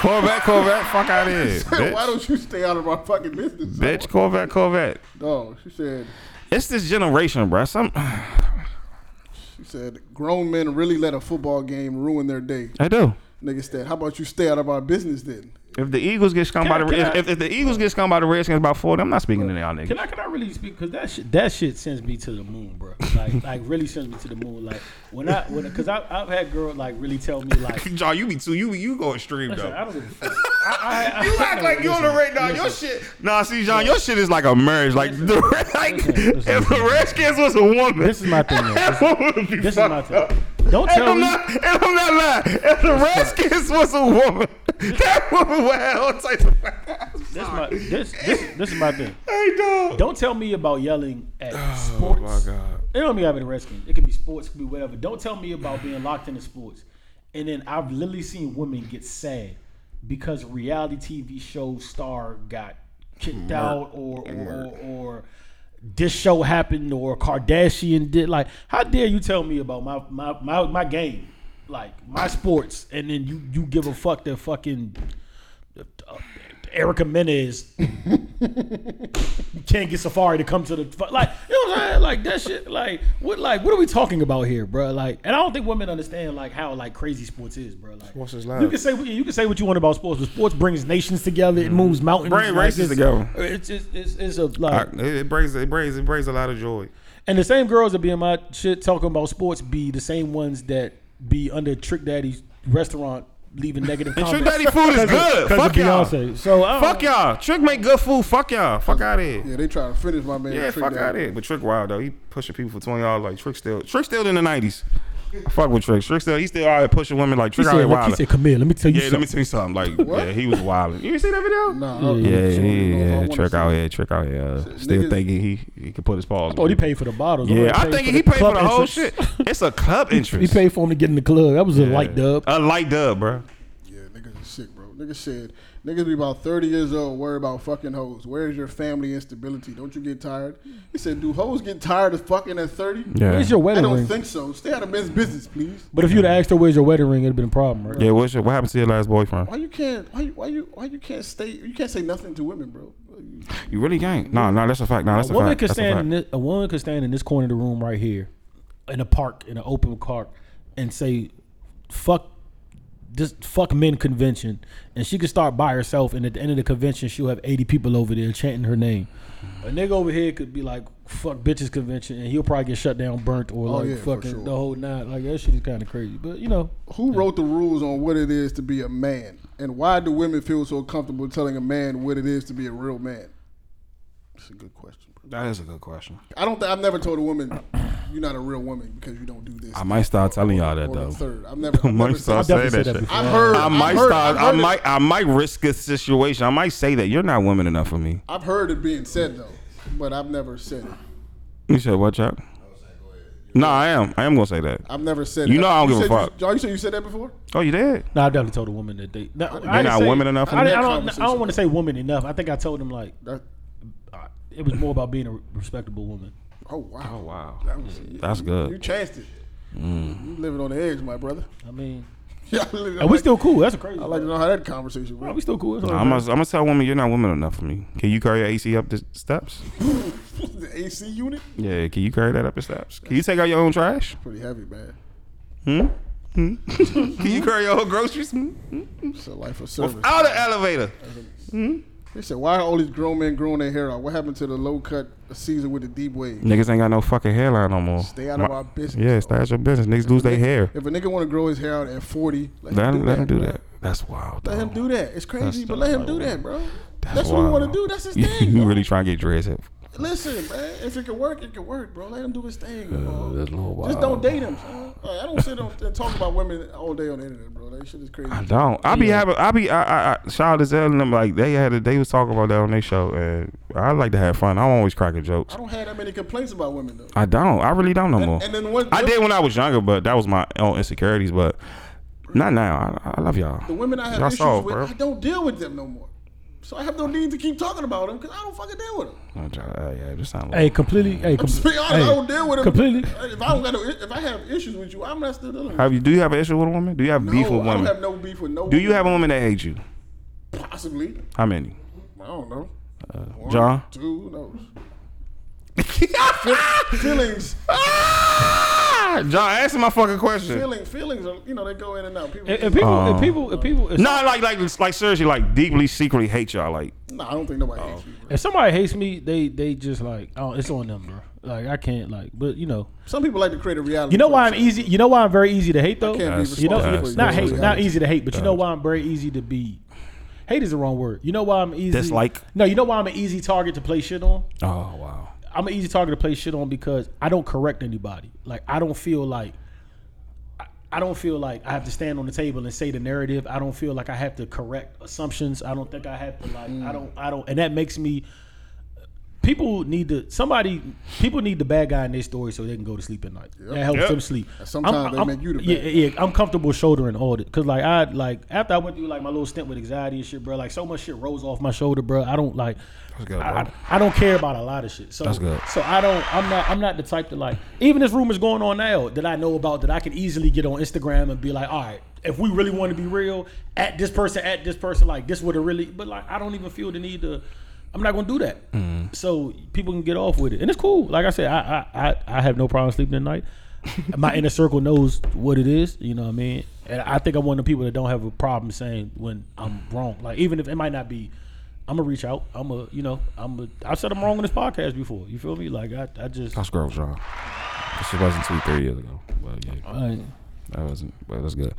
Corvette, Corvette, fuck out of here, bitch. Why don't you stay out of our fucking business?" bitch, Corvette, Corvette. No, she said. It's this generation, bruh. Some She said, "Grown men really let a football game ruin their day." I do. Nigga said, "How about you stay out of our business then?" If the Eagles get scummed by the Can I- if, can I- if, if the Eagles get scummed by the Redskins by four, I'm not speaking to y'all niggas. Can I can I really speak? Because that shit that shit sends me to the moon, bro. Like like really sends me to the moon. Like when I when because I I've had girls like really tell me like John, you be too. You you go extreme listen, I though. don't give a fuck. I, I, I, You act like you on the listen, radar. Your listen. shit. Nah, see, John, your shit is like a marriage. Like, the, like listen, if the Redskins was a woman, This is my thing. though. that woman would be This is fucked my up. thing. Don't And tell I'm, me. not, and I'm not lying. If the Redskins was a woman, that woman would have all types of. This my this this this is my thing. Hey, dog. Don't tell me about yelling at sports. God. It don't mean gotta be the Redskins. It could be sports, it could be whatever. Don't tell me about being locked into sports. And then I've literally seen women get sad because reality TV show star got kicked out or or, or or this show happened or Kardashian did like how dare you tell me about my my my, my game like my sports and then you you give a fuck that fucking uh, Erica Menez can't get Safari to come to the fu- like. You know what I'm saying? Like that shit. Like what? Like what are we talking about here, bro? Like, and I don't think women understand like how like crazy sports is, bro. Like Sports is You live. can say what- you can say what you want about sports, but sports brings nations together. It moves mountains. Mm-hmm. Bring like, races it's- together. It's it's, it's it's a like. It brings it brings it brings a lot of joy. And the same girls that be in my shit talking about sports be the same ones that be under Trick Daddy's restaurant leaving negative Trick comments. Daddy food is good. Because of Fuck y'all. Beyonce. So I don't- Fuck y'all. Trick make good food. Fuck y'all. Fuck out of here. Yeah, they try to finish my man. Yeah, Trick fuck Daddy. out of here. But Trick wild though. He pushing people for twenty dollars. Like Trick still, Trick still in the nineties. I fuck with Trick. Trick still, he still out here pushing women like He Trick out here said, look, he wilding. said, come here. Let me tell you Yeah, let me something. tell you something. Like, yeah, he was wilding. You ain't seen that video? Nah, I- so, Yeah, you know, yeah, if I yeah. wanna Trick see- out here, trick out here. Uh, still niggas- thinking he he could put his paws. Oh, he paid for the bottles. Yeah, I paid think for he the paid for club the whole entrance. shit. It's a club He entrance. paid for him to get in the club. That was a light dub. A light dub, bro. Yeah, niggas is sick, bro. Niggas said niggas be about thirty years old, worry about fucking hoes. Where's your family instability? Don't you get tired? He said, Do hoes get tired of fucking at thirty? Yeah. Where's your I wedding don't ring? think so. Stay out of men's business, please. But if you'd asked her where's your wedding ring, it'd have been a problem, right? Yeah, what's your, what happened to your last boyfriend? Why you can't? Why you? Why you? Why you can't stay? You can't say nothing to women, bro. You really can't. No, no, that's a fact. No, that's a a, woman fact. could That's a stand fact. in this, a woman could stand in this corner of the room right here, in a park, in an open park, and say, "Fuck." This fuck men convention, and she could start by herself. And at the end of the convention, she'll have eighty people over there chanting her name. A nigga over here could be like "fuck bitches" convention, and he'll probably get shut down, burnt, or like yeah, for fucking sure. the whole nine. Like that shit is kind of crazy, but you know, Who wrote the rules on what it is to be a man, and why do women feel so comfortable telling a man what it is to be a real man? That's a good question, bro. That is a good question. I don't. Th- I've never told a woman, "You're not a real woman because you don't do this." I might start telling y'all that or the though. third. I've never. I I've never might said, start I've definitely saying that said that shit. before. I've heard. I might have heard, start. I've heard I it- might. I might risk a situation. I might say that you're not woman enough for me. I've heard it being said though, but I've never said it. You said watch out. No, I am. I am gonna say that. I've never said. You that. know I don't give a said you- fuck. Y'all, you said you said that before? Oh, you did. No, I definitely told a woman that they. No, They I didn't not say- women enough in I, that didn't- I don't. I conversation. don't want to say women enough. I think I told him like That, uh, it was more about being a respectable woman. oh wow. Oh wow, That was- that's You good. Mm. chanced it. You living on the edge, my brother. I mean, Yeah, I li- and we still cool. That's crazy. I like to know how that conversation Bro, went. we still cool. That's all I'm right. gonna, I'm gonna tell a woman you're not woman enough for me. Can you carry your AC up the steps? the AC unit? Yeah, can you carry that up the steps? Can you take out your own trash? Hmm? Pretty heavy, man. Can you carry your own groceries Hmm? It's a life of service. out of elevator? They said, why are all these grown men growing their hair out? What happened to the low cut season with the deep wave? Niggas ain't got no fucking hairline no more. Stay out of our business. Yeah, stay out your business. Niggas lose their hair. If a nigga want to grow his hair out at 40, let, Let him, do him, let that, him do bro. that. That's wild. Let him though. do that. It's crazy, That's but let him not do like- that, bro. That's, That's what we want wild. to do. That's his thing. you dog. really trying to get dreads up? Listen, man. If it can work, it can work, bro. Let him do his thing, bro. Uh, that's a little Just don't wild. date him. Son. Like, I don't sit on and talk about women all day on the internet, bro. That shit is crazy. I don't. I be having. I be. I. I, I shout as hell and them like they had. A, they was talking about that on their show, and I like to have fun. I'm always cracking I jokes. don't have that many complaints about women though. I don't. I really don't no more. And then what? I did when I was younger, but that was my own insecurities. But not now. I, I love y'all. The women I have y'all issues soft, with, bro. I don't deal with them no more. So I have no need to keep talking about them because I don't fucking deal with them. Oh, yeah, just sound like- Hey, completely. Hey, com- Just be honest, I hey, don't deal with them completely. If I don't got no, if I have issues with you, I'm not still dealing with. Have you? Do you have an issue with a woman? Do you have you. beef no, with I don't women? have no beef with no. do you woman. have a woman that hates you? possibly? How many? I don't know. One, John. two, who knows? Feelings, Ah! John, answer my fucking question. feeling, feelings are you know they go in and out. People, If, if people, Um, if people, if people, if, No, like, like, like, seriously, like, deeply, secretly hate y'all. Like, no, I don't think nobody hates Oh. me. Bro. if somebody hates me, they they just like, oh, it's on them, bro. Like I can't, like, but you know, Some people like to create a reality. you know why I'm show. easy. You know why I'm very easy to hate though. I can't be You know, responsible That's- for not your hate, reality. not easy to hate, but you know why I'm very easy to be. Hate is the wrong word. You know why I'm easy. Dislike? No, you know why I'm an easy target to play shit on. oh wow, I'm an easy target to play shit on because I don't correct anybody. Like I don't feel like I- I don't feel like I have to stand on the table and say the narrative. I don't feel like I have to correct assumptions. I don't think I have to like I don't I don't and that makes me people need to somebody people need the bad guy in their story so they can go to sleep at night. That helps Yep. them sleep. And sometimes they make you the yeah, bad yeah, I'm comfortable shouldering all that because like I like after I went through like my little stint with anxiety and shit, bro. Like so much shit rolls off my shoulder, bro. I don't like. good, I, bro. I- I don't care about a lot of shit. So That's good. So I don't. I'm not. I'm not the type to like. Even this rumors going on now that I know about that I can easily get on Instagram and be like, all right, if we really want to be real, at this person, at this person, like this would have really. But like, I don't even feel the need to. I'm not gonna do that. Mm. So people can get off with it, and it's cool. Like I said, I I I, I have no problem sleeping at night. My inner circle knows what it is. You know what I mean. And I think I'm one of the people that don't have a problem saying when I'm wrong. Like even if it might not be I'm gonna reach out. I'm a, you know, I'm a. I said I'm wrong on this podcast before. You feel me? Like I, I just. that's gross, John. This shit wasn't two, three years ago. But yeah, I, that wasn't. But that's good.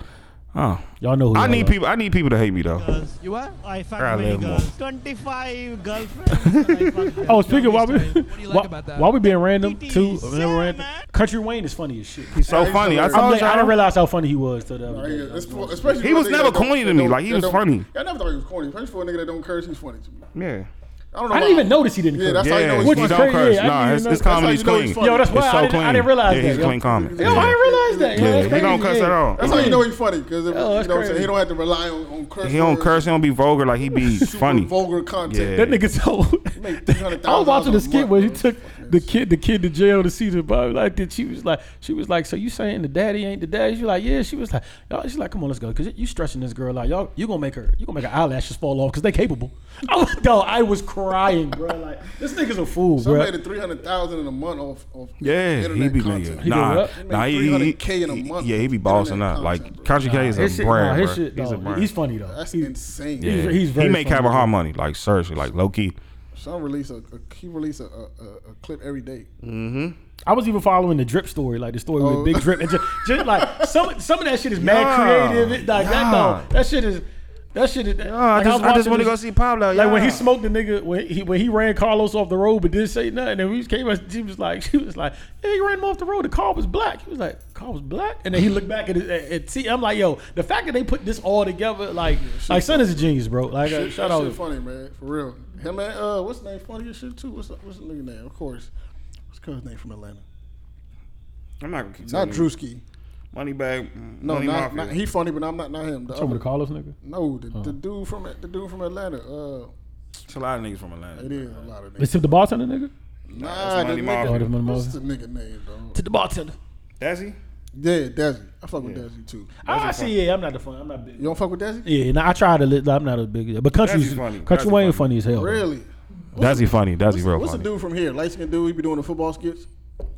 Oh, Y'all know who I y'all need are. people. I need people to hate me though. Girls, you are? I fuck I many live more. girls. 25 girlfriends. and I fuck Oh, girls. speaking of Long while we history. What do you like while, about that? while we being random TT, too, yeah, whenever random, man. Country Wayne is funny as shit. He's Oh, so funny. I I'm told like, I didn't y'all. realize how funny he was till the other Right, day. yeah, it's for- especially He for a was nigga never that don't- corny to that me, don't- like, he that was don't- funny. I never thought he was corny. Especially for a nigga that don't curse, he's funny to me. Yeah. I don't know. I didn't why- even notice he didn't. Yeah, curse. that's how you know Yeah, he's Which he is funny. don't crazy. curse. Yeah, I Nah, didn't his, even his know- comedy's That's how you know clean. he's funny. Yo, that's It's why I so didn't- I clean. didn't realize Yeah, he's that, yo. clean comedy. Yo, I didn't realize that. Yeah, yo, he don't cuss crazy. at all. That's Like, how you know he's funny because you know Oh, what that's I'm saying. crazy. He don't have to rely on, on curse. He don't words, curse. He don't be vulgar. Like he be super funny. vulgar content. Yeah. That nigga so. $300,000 I was watching a the skit month, where he bro. took the kid, the kid to jail to see the Bobby like that. She was like, she was like, so you saying the daddy ain't the daddy? She like, yeah. She was like, y'all. She's like, come on, let's go, cause you stretching this girl out. Y'all, you gonna make her, you gonna make her eyelashes fall off, cause they capable. I was, dog, I was crying, bro. Like this nigga's a fool, Some bro. made it three hundred thousand in a month off. off Yeah, internet he be content. nigga. He do Nah, what? He nah, make he, he, 300K in a month yeah, he be internet bossing up. content, Like bro. Country K is His a shit, nah, brand, his bro. shit, He's a dog, brand. he's funny though. That's He- insane. Yeah, he's- he's very he make funny, Kevin bro. Hart money. Like seriously, like low key. Some release a, a he release a, a, a- a clip every day. I was even following the drip story, like the story Oh. with Big Drip, and just, just like some some of that shit is mad Yeah. creative. It, like that, Yeah. dog, that shit is that shit is. I like, just, was I just watching want to this- go see Pablo. Like when he yeah. smoked the nigga, when he when he ran Carlos off the road but didn't say nothing, and we came up, she was like, she was like, yeah, he ran him off the road. The car was black. He was like, car was black, and then he looked back at his, at, at T. I'm like, yo, the fact that they put this all together, like, like son is a genius, bro. Like, uh, Shit, shout that out, shit funny man, for real. Him and uh, what's the name funny as shit too? What's the, what's the nigga name? Of course, what's the name from Atlanta? I'm not gonna keep Not telling you. Drewski. Money bag. mm, No, money not, Mafia. not he funny, but I'm not not him. The talking other- to Carlos, nigga. no, the, the dude from the dude from Atlanta. Uh, It's a lot of niggas from Atlanta. it is a lot of niggas. Except the bartender, nigga. Nah, the Money Mafia. Oh, the nigga. Money What's the Mafia. nigga name though? To the bartender. Does he? Yeah, Desi. I fuck with Desi too. Ah, I see. Yeah, I'm not the fun. I'm not big. You don't fuck with Desi? Yeah, nah, I tried to. Li- I'm not a big. But country's Dazzy's funny. country Dazzy Wayne funny funny. as hell. Really? Does he funny? Does he real What's the funny? dude from here? Light skinned dude. He be doing the football skits.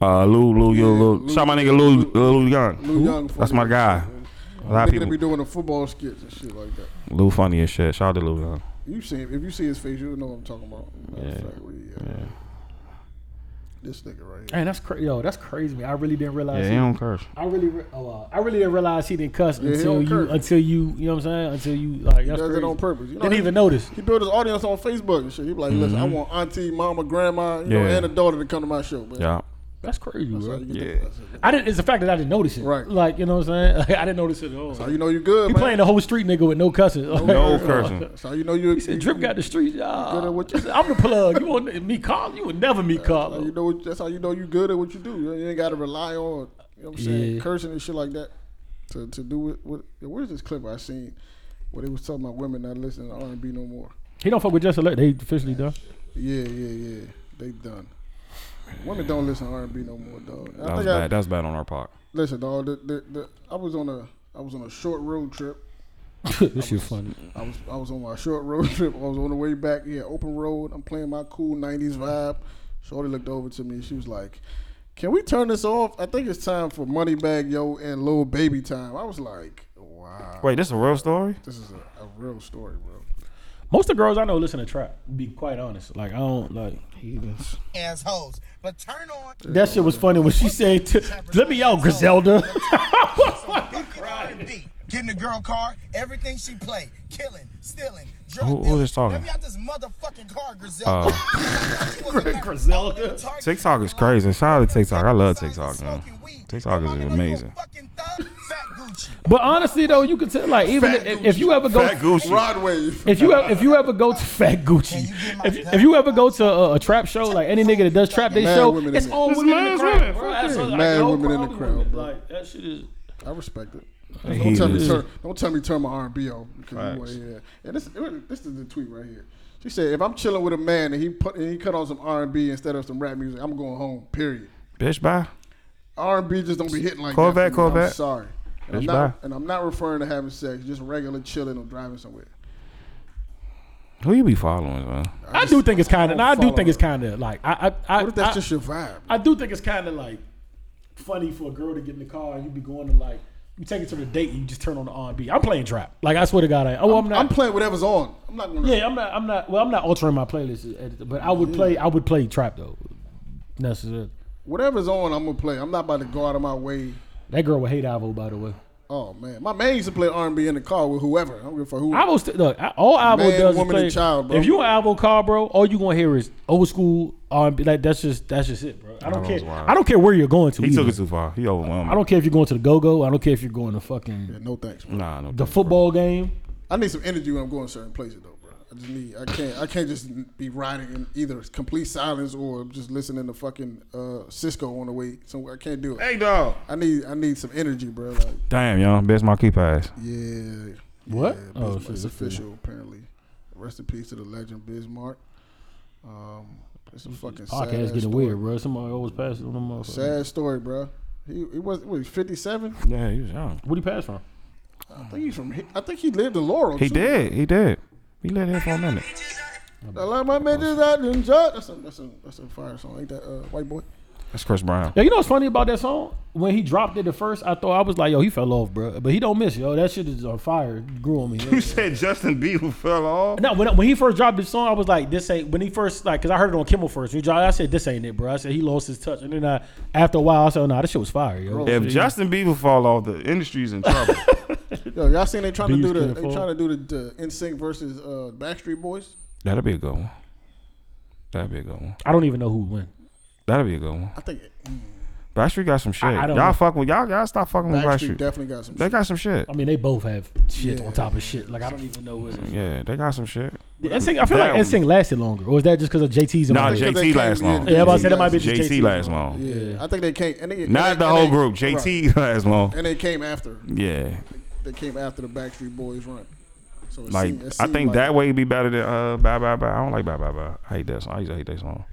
Uh, Lou, Lou, Yeah, Lou, Lou. Lou- Shout my nigga Lou, uh, Lou Young. Lou Young. That's funny. my guy. A lot of Nigga that people. be doing the football skits and shit like that. Lou funny as shit. Shout out to Lou Young. You see, if you see his face, you'll know what I'm talking about. Matter of Yeah. fact, we, uh, This nigga right here. Man, that's crazy. Yo, that's crazy. Man, I really didn't realize. Yeah, he- he don't curse. I really, re- oh, uh, I really didn't realize he didn't cuss he until don't you, curse. until you, you know what I'm saying? Until you like, that's Does crazy. it on purpose. You know, Didn't he, even notice. he built his audience on Facebook and shit. He be like, listen, I want auntie, mama, grandma, you know, Yeah. and a daughter to come to my show. Man. Yeah. That's crazy, That's how bro. you get Yeah. the- that's it. I didn't. It's the fact that I didn't notice it. Right. Like, you know what I'm saying? Like, I didn't notice it at all. That's how you know you good, he man. playing the whole street nigga with no cussing. No cursing. That's how you know you. He said, "Drip got the street good at job." what you- I'm the plug. You want me, Carl? You would never meet That's how you Carl. know. That's how you know you good at what you do. You, you ain't got to rely on you know what I'm saying Yeah. cursing and shit like that to to do it. What, where's this clip I seen where they was talking about women not listening to R and B no more? He don't fuck with Just Alert. They officially done. Yeah, yeah, yeah. They done. Women don't listen to R and B no more, dog. I That was think I- bad. That was bad on our part. listen, dog. The, the, the, I was on a I was on a short road trip. this shit funny. I was I was on my short road trip. I was on the way back. Yeah, open road. I'm playing my cool '90s vibe. Shorty looked over to me. She was like, "Can we turn this off? I think it's time for Money Bag Yo and Lil Baby time." I was like, "Wow, Wait, this is a real story? this is a, a real story, bro." Most of the girls I know listen to trap. to Be quite honest. Like I don't like. Assholes. But turn on. That shit was funny when she said, to, "Let me out, Griselda." Getting a girl car, everything she play, killing, stealing, drug Who- who dealing. is talking? Uh, Let me out this motherfucking car, Griselda. She was a- Griselda. Target. TikTok is crazy. Shout out to TikTok. I love Besides TikTok, man. smoking weed. TikTok Mama, is know you a amazing. fucking thug, fat Gucci. But honestly though, you could tell like even if, if you ever go Rod Wave. if you ever, if you ever go to Fat Gucci, if, if you ever go to a, a trap show like any nigga that does trap, they Mad show women in it's it. all women in the man's crowd. women. bro. Fuck That's yeah. what- like, Mad the whole women in the crowd crowd, women. bro. Like that shit is. I respect it. Don't He tell, me is- turn, don't tell me turn my R&B off because you want Facts. to hear that. And this, this is the tweet right here. She said, "If I'm chilling with a man and he put and he cut on some R&B instead of some rap music, I'm going home. Period. Bitch, bye. R&B just don't be hitting like Call that. back, for me. call I'm back. sorry. And I'm, That's not, bad. and I'm not referring to having sex, just regular chilling or driving somewhere. Who you be following, man? I do think it's kind of. I do follow think it's her. kind of like I I I, What if that's I, just your vibe? I do think it's kind of like funny for a girl to get in the car and you be going to like you take it to the date and you just turn on the R and B. I'm playing trap. Like I swear to God, I oh I'm, not. I'm playing whatever's on. I'm not gonna. yeah, I'm not. I'm not. Well, I'm not altering my playlist, at- but I would play. I would play trap though. Necessarily. Whatever's on, I'm gonna play. I'm not about to go out of my way. That girl would hate Avo, by the way. Oh man, my man used to play R and B in the car with whoever. I don't give a fuck who. Alvo st- look, I- all Alvo Man, does woman, is play. and child, bro. If you an Alvo car, bro, all you gonna hear is old school R&B. Like that's just that's just it, bro. I don't Alvo's care. wild. I don't care where you're going to. He took either. it too far. He overwhelmed. I don't care if you're going to the go go. I don't care if you're going to fucking Yeah, no thanks, bro. Nah, no. the football game. I need some energy when I'm going certain places though, bro. I just need. I can't. I can't just be riding in either complete silence or just listening to fucking uh, Cisco on the way somewhere. I can't do it. Hey, dog. I need. I need some energy, bro. Like, Damn, y'all. Best marquee pass. yeah. What? Yeah, Oh, Bismarck- shit, it's that's official, apparently. Rest in peace to the legend Bismarck. Um, it's a fucking sad Podcast getting story. weird, bro. Somebody always passes on the motherfucker. Sad story, bro. He, he was what, 57. Yeah, he was young. What he pass from? I think he's from. I think he lived in Laurel. He too. did. He did. He lived here for a minute. I like my bitches out in jail. That's a that's a that's a fire song. Ain't that uh, white boy? That's Chris Brown. Yeah, you know what's funny about that song? When he dropped it at first, I thought I was like, yo, he fell off, bro. But he don't miss, yo. That shit is on fire. It grew on me. yo. said Justin Bieber fell off? No, when, when he first dropped this song, I was like, "This ain't." When he first like, cause I heard it on Kimmel first. He dropped, I said, "This ain't it, bro." I said he lost his touch, and then I, after a while, I said, "No, nah, this shit was fire, yo." If Justin Bieber fall off, the industry's in trouble. Yo, y'all seen they trying to Beast do the couldn't they fall. trying to do the, the NSYNC versus uh, Backstreet Boys? That'll be a good one. That'll be a good one. I don't even know who would win. That'll be a good one. I think Backstreet got some shit. I y'all don't know. fuck with y'all. Y'all stop fucking with Backstreet Backstreet. definitely got some. they got some shit. I mean, they both have shit Yeah. on top of shit. Like I don't even know what. It is. Yeah, they got some shit. The NSYNC- I feel like Damn. NSYNC lasted longer, or is that just because of JT's? and Nah, all that? think they JT lasts came- long. yeah, yeah, I'm about JT to say that might be lasted. JT. JT lasts long. Yeah, I think they came. And they, Not and the they- whole and they- group. right. JT lasts long. and they came after. Yeah, They came after the Backstreet Boys run. So it like seemed- it I seemed think like that way would be better than uh bye bye bye. I don't like bye bye bye. I hate that song. I used to hate that song.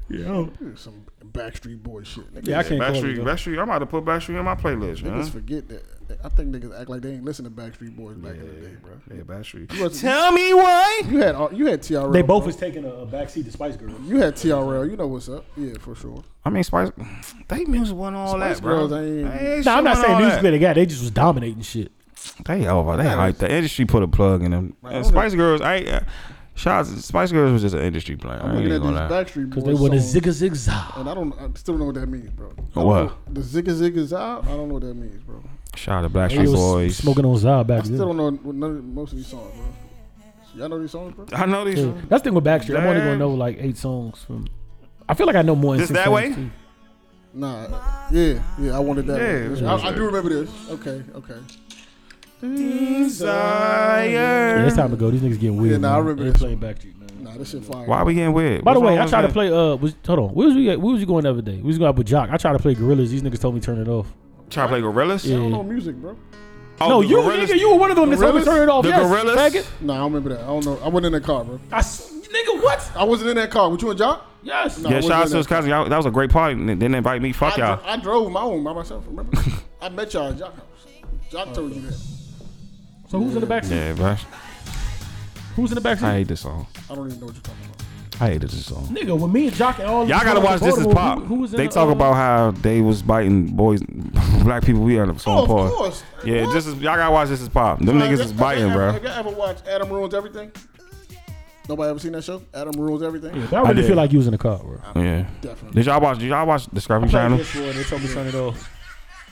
some Backstreet Boy shit. Niggas, Yeah, I can't call it. Backstreet, though. Backstreet. I'm about to put Backstreet in my niggas playlist. Man. forget that. I think niggas act like they ain't listen to Backstreet Boys back in the day, bro. Yeah, Backstreet. You wasn't- Tell me why. You had all- you had TRL. They both bro. was taking a, a backseat to Spice Girls. You had TRL. You know what's up? Yeah, for sure. I mean, Spice. They music wasn't all Spice that, bro. Girls ain't- They shit Nah, I'm not wasn't saying all music that. they got. They just was dominating shit. They over. They hyped. The industry put a plug in them. And Spice Girls, I uh, shots. Spice Girls was just an industry plan. I'm I ain't looking at even these gonna lie. Backstreet Boys Cause they were the songs, zigga zig zag. and I don't. I still don't know what that means, bro. I What? don't know- The zigga zigga zag. I don't know what that means, bro. Shout out to They Backstreet was Boys. smoking on Zod back I still then. don't know what none of, most of these songs, bro. Y'all know these songs, bro? I know these. That's the thing with Backstreet. I'm only gonna Damn. know like eight songs from. I feel like I know more. Just NSYNC that songs, way? too. Nah. Yeah, yeah. I wanted that. Yeah, one. that's what I, I do remember this. Okay, okay. Yeah, Desire. it's time to go. These niggas getting weird. Yeah, nah, I man. remember They this playing Backstreet, man. Nah, this shit fire. Why we getting weird? By the What's way, wrong I with tried to that? play. Uh, was, hold on. Where was we? At? Where was you going the other day? We was going out with Jock. I tried to play Gorillas. These niggas told me turn it off. Try to play Gorillas. I Yeah. don't know music, bro. Oh, no, the you, Gorillaz- nigga, you were one of them that told me Gorillaz? turn it off. The yes, Gorillaz? faggot. Nah, I don't remember that. I don't know. I wasn't in that car, bro. I s- nigga, what? I wasn't in that car. Were you and Jock? Yes. No. Yeah, I shout out wasn't to his there. cousin. Y'all, that was a great party. They didn't invite me. Fuck I, y'all. dro- I drove my own by myself. Remember? I met y'all at Jock house. Oh. Jock told you that. So who's in the backseat? yeah, bro. Who's in the backseat? I hate this song. I don't even know what you're talking about. I hated this song. Nigga, with me and Jock and all. Y'all gotta watch This Is Pop. they uh, talk about how they was biting boys, black people. We had a Oh, song of pause. course. Yeah, What? this is y'all gotta watch. This is pop. Them niggas is biting, have, bro. Have you ever watched Adam Ruins Everything? Nobody ever seen that show? Adam Ruins Everything? I I really did. feel like you was in the car, bro. Yeah. Definitely. Did y'all watch? Did y'all watch Discovery Channel? This one, they told me turn it off.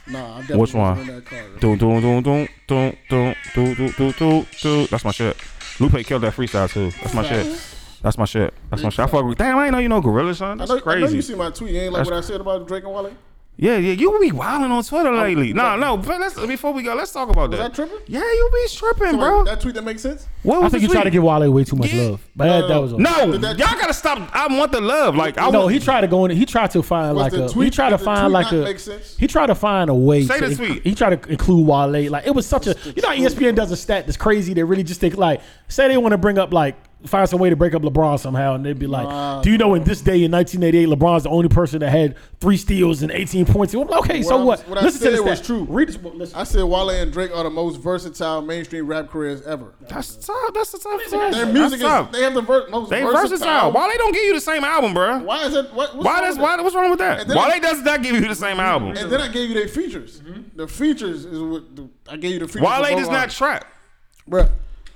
Nah, I definitely Which one? wasn't in that car. Doom, doom, doom, doom, doom, doom, doom, doom, doom, doom, doom. That's my shit. Lupe killed that freestyle too. That's my shit. That's my shit. That's my shit. I fuck with. Damn, I ain't know you know Gorilla son. I That's know, I know you crazy. see my tweet. You ain't like what I said about Drake and Wale? Yeah, yeah. You be wilding on Twitter lately. No, no. But let's before we go, let's talk about that. Oh, Was I tripping? Yeah, you be tripping, Wait, bro. That tweet that makes sense? What I was think the you tried to tweet? give Wale way too much Yeah. love, but that, that was all. No, Did that- y'all gotta stop. I want the love. Like I No, want. he tried to go in. He tried to find Was like the a. he tweet- tried to did the find tweet like not a. make sense? He tried to find a way. Say to the inc- tweet. He tried to include Wale. Like it was such a. You know, how E ESPN does a stat that's crazy. They really just think like, say they want to bring up like. Find some way to break up LeBron somehow, and they'd be like, Nah. "Do you know in this day in 1988, LeBron's the only person that had three steals and 18 points?" And I'm like, okay, so I was- what? what I listen to said this was stat. true. Read this. book, Listen. I said Wale and Drake are the most versatile mainstream rap careers ever. That's tough. That's the tough. Their music That's tough. is, they have the ver- most They versatile. versatile. Why they don't give you the same album, bro? Why is it? What, what's Why wrong does with why it? what's wrong with that? And then- Why they does that give you the same album? And then I gave you their features. The features is what the, I gave you the features. Why for they both Mm-hmm. does not artists. trap? Bruh.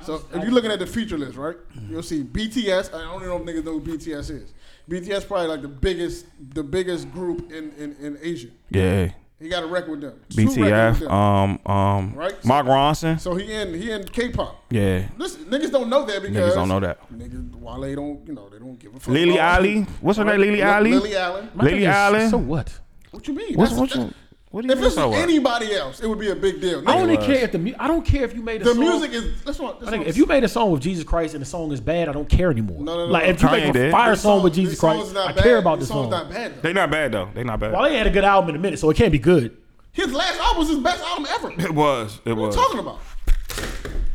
So if you're looking at the feature list, right, you'll see BTS. I don't even know if niggas know who BTS is. BTS probably like the biggest, the biggest group in in, in Asia. Yeah. He got a record with them. Two records with BTF, them. um, um, Right? Mark Ronson. so he in he in K-pop. Yeah. Listen, niggas don't know that because don't know that. Niggas, Wale don't, you know, they don't give a fuck. Lily about- Allen. What's her Right? name? Lily Li- Allen. Lily Allen. Lily Allen. So what? What you mean? What's That's- what you? that- What do you if mean? this So was what? anybody else, it would be a big deal. I Nigga, only was. care if the mu- I don't care if you made a the song. music is. That's what. That's Nigga, what if you made a song with Jesus Christ and the song is bad, I don't care anymore. No, no, no, like no. if you Kanye make a did. fire This song with this Jesus song's Christ, not I bad. care about This this song's song. not bad. Though. They not bad though. They not bad. Well, they had a good album in a minute, so it can't be good. His last album was his best album ever. What It was. It you was. talking about?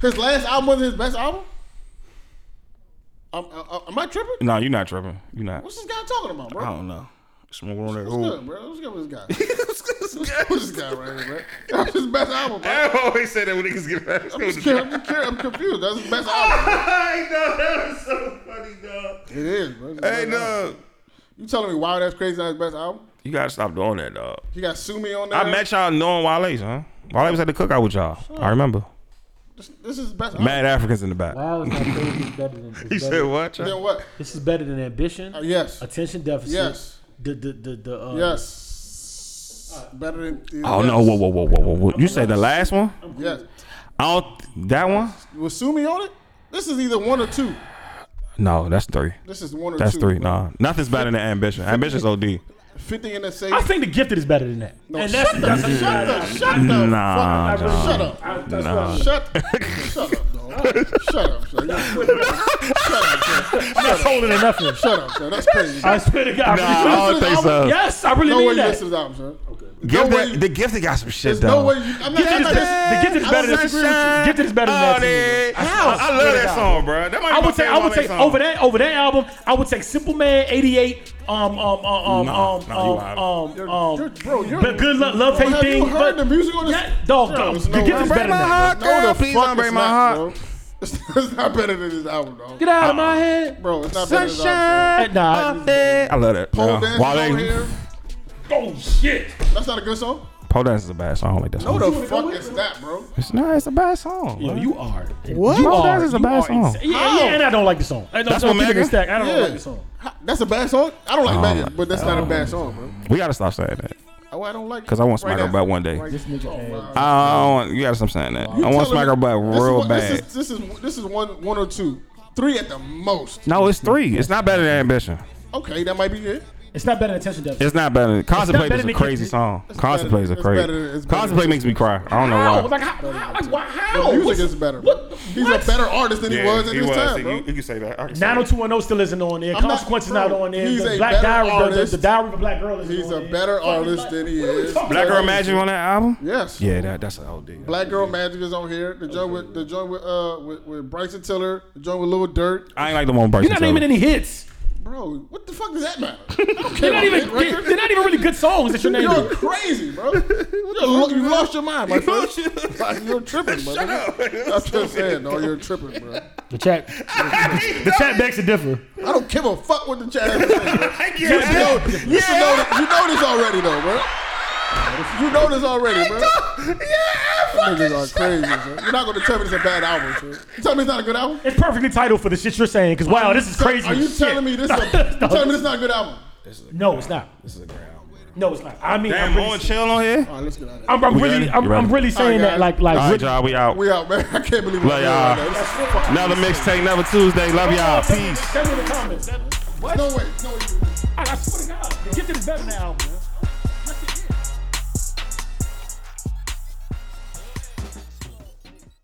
His last album wasn't his best album. I'm, I, I, am I tripping? No, you're not tripping. You're not. What's this guy talking about, bro? I don't know. Smoke on that What's hole. good, bro? What's good with this guy? What's this guy right here, bro? That's his best album, bro. I always say that when niggas get back. I'm, just kidding. I'm, just kidding. I'm confused. That's his best album. I know that was so funny, dog. It is, bro. It's his Hey, best album. dog. You telling me Wild Ass Crazy is not his best album? You gotta stop doing that, dog. He got Sue Me on that? I met y'all knowing Wale's, huh? Wale was at the cookout with y'all. I remember. This, this is his best album. Mad Africans in the back. Wow, it's not crazy. It's better than. It's He better. said what? Then what? This is better than ambition. Uh, yes. Attention deficit. Yes. The the the the. Uh, Yes. Better than. Oh yes. no! Whoa, whoa, whoa, whoa, whoa! whoa. You said the last one? Yes. I don't. That one? Was Sue Me on it? This is either one or two. No, that's three. This is one or That's two. three. bro. Nah, nothing's better than ambition. Ambition's OD. 50 in the same. I think the gifted is better than that. No, shut the shut the shut the Nah, fuck up. nah. Shut up. Nah. Shut shut up, dog. Shut up, son. You're- Shut up, son. That's holding than nothing. Shut up, son. That's crazy. I swear to God. Nah, I really- I don't think so. yes, I really No way you mean that. listen to the album, son. Give No that- way- the gifted got some shit There's though. no way you. I'm not. Gifted I'm is not better- the gifted is I better than disagree with that. you. Gifted is better than Oh, that. to me. man. I, I love that song, bro. That might be I my would take I would favorite Wale take song. over that over that album. I would take Simple Man '88. Um um um um Nah, um nah, you um wild. um. You're- um, you're- bro, you're- but good luck, love hate Have thing. you heard but the music on this? yeah, dog, dog. There's The no gifted way. is better than my that. heart, No, the girl. fuck Please don't it's break my not, heart. bro. It's not better than this album, dog. Get out of my head. Bro, it's not better than this album. Eh, Sunshine. Nah, up there. I love that. Pole Uh, dancing Wale. on here. Oh shit. That's not a good song. Pole dance is a bad song. I don't like that No, song. the fuck is that, bro? It's not. It's a bad song. Yo, you are. What? You Bro, are. that is a you bad are song. insane. Yeah, How? yeah, and I don't like the song. I don't, That's so what keep it matters. stacked. I don't Yeah. like the song. Ha- That's a bad song. I don't like don't bad, like- but that's not a bad song, bro. We gotta stop saying that Oh, I don't like. because I want to smack now. her butt one day. Right. This nigga ass. wow. I don't want. You gotta stop saying that. I want to smack her butt This is real one- this bad. is- This is this is one one or two, three at the most. No, it's three. It's not better than ambition. Okay, that might be it. It's not better than attention deficit. It's not better. Contemplate better is a than crazy Kiss Me. song. Contemplate is a better- it's better- crazy. it's better Contemplate than- makes me cry. I don't How? know why. Like how? How? Like, why- The how? music What's- is better. Bro. What? oh He's a better artist than he was at his time, bro. can say that. 90210 still isn't on there. I'm not- Consequences bro, not, on there. he's the a Black better Diary, the- the, artist. the Diary of a Black Girl is He's on a there. better Fucking artist Black- than he What are we is. talking Black about? Girl Magic on that album. Yes. Yeah, that, that's an OD. Black Girl Magic is on here. The joint with the joint with uh with, with Bryson Tiller. The joint with Lil Dirt. I ain't like the one person. You're not naming any hits. Bro, what the fuck does that matter? I don't care They're not about even. that record. They're, they're not even really good songs that you're You're naming. crazy, bro. You're lo- you lost your mind, my friend. Like, you're tripping, bro. I'm just saying, no, you're tripping, bro. The chat. the chat makes it differ. I don't give a fuck what the chat is saying, bro. You should know, yeah, you, should know th- you know this already, though, bro. You know this already, bro. Niggas are crazy, bro. You're not going to tell me this is a bad album, bro. You tell me it's not a good album? It's perfectly titled for the shit you're saying. Because wow, this is crazy. Are you as shit. telling me this? Is a, you No. telling me this is not a good album? No, it's not. This is a ground. No, it's not. I mean, Damn, I'm Mo really, and Chill on here. All right, let's get out of here. I'm, I'm We really, ready? I'm, You I'm ready? really saying Alright, that like, like, All right, really- y'all, we out. We out, man. I can't believe we're Love doing y'all. that. This is fucking- Another mixtape, another Tuesday. Love y'all. Peace. Tell me in the comments. No way. No way. I swear to God, the gifted is better than that album. man.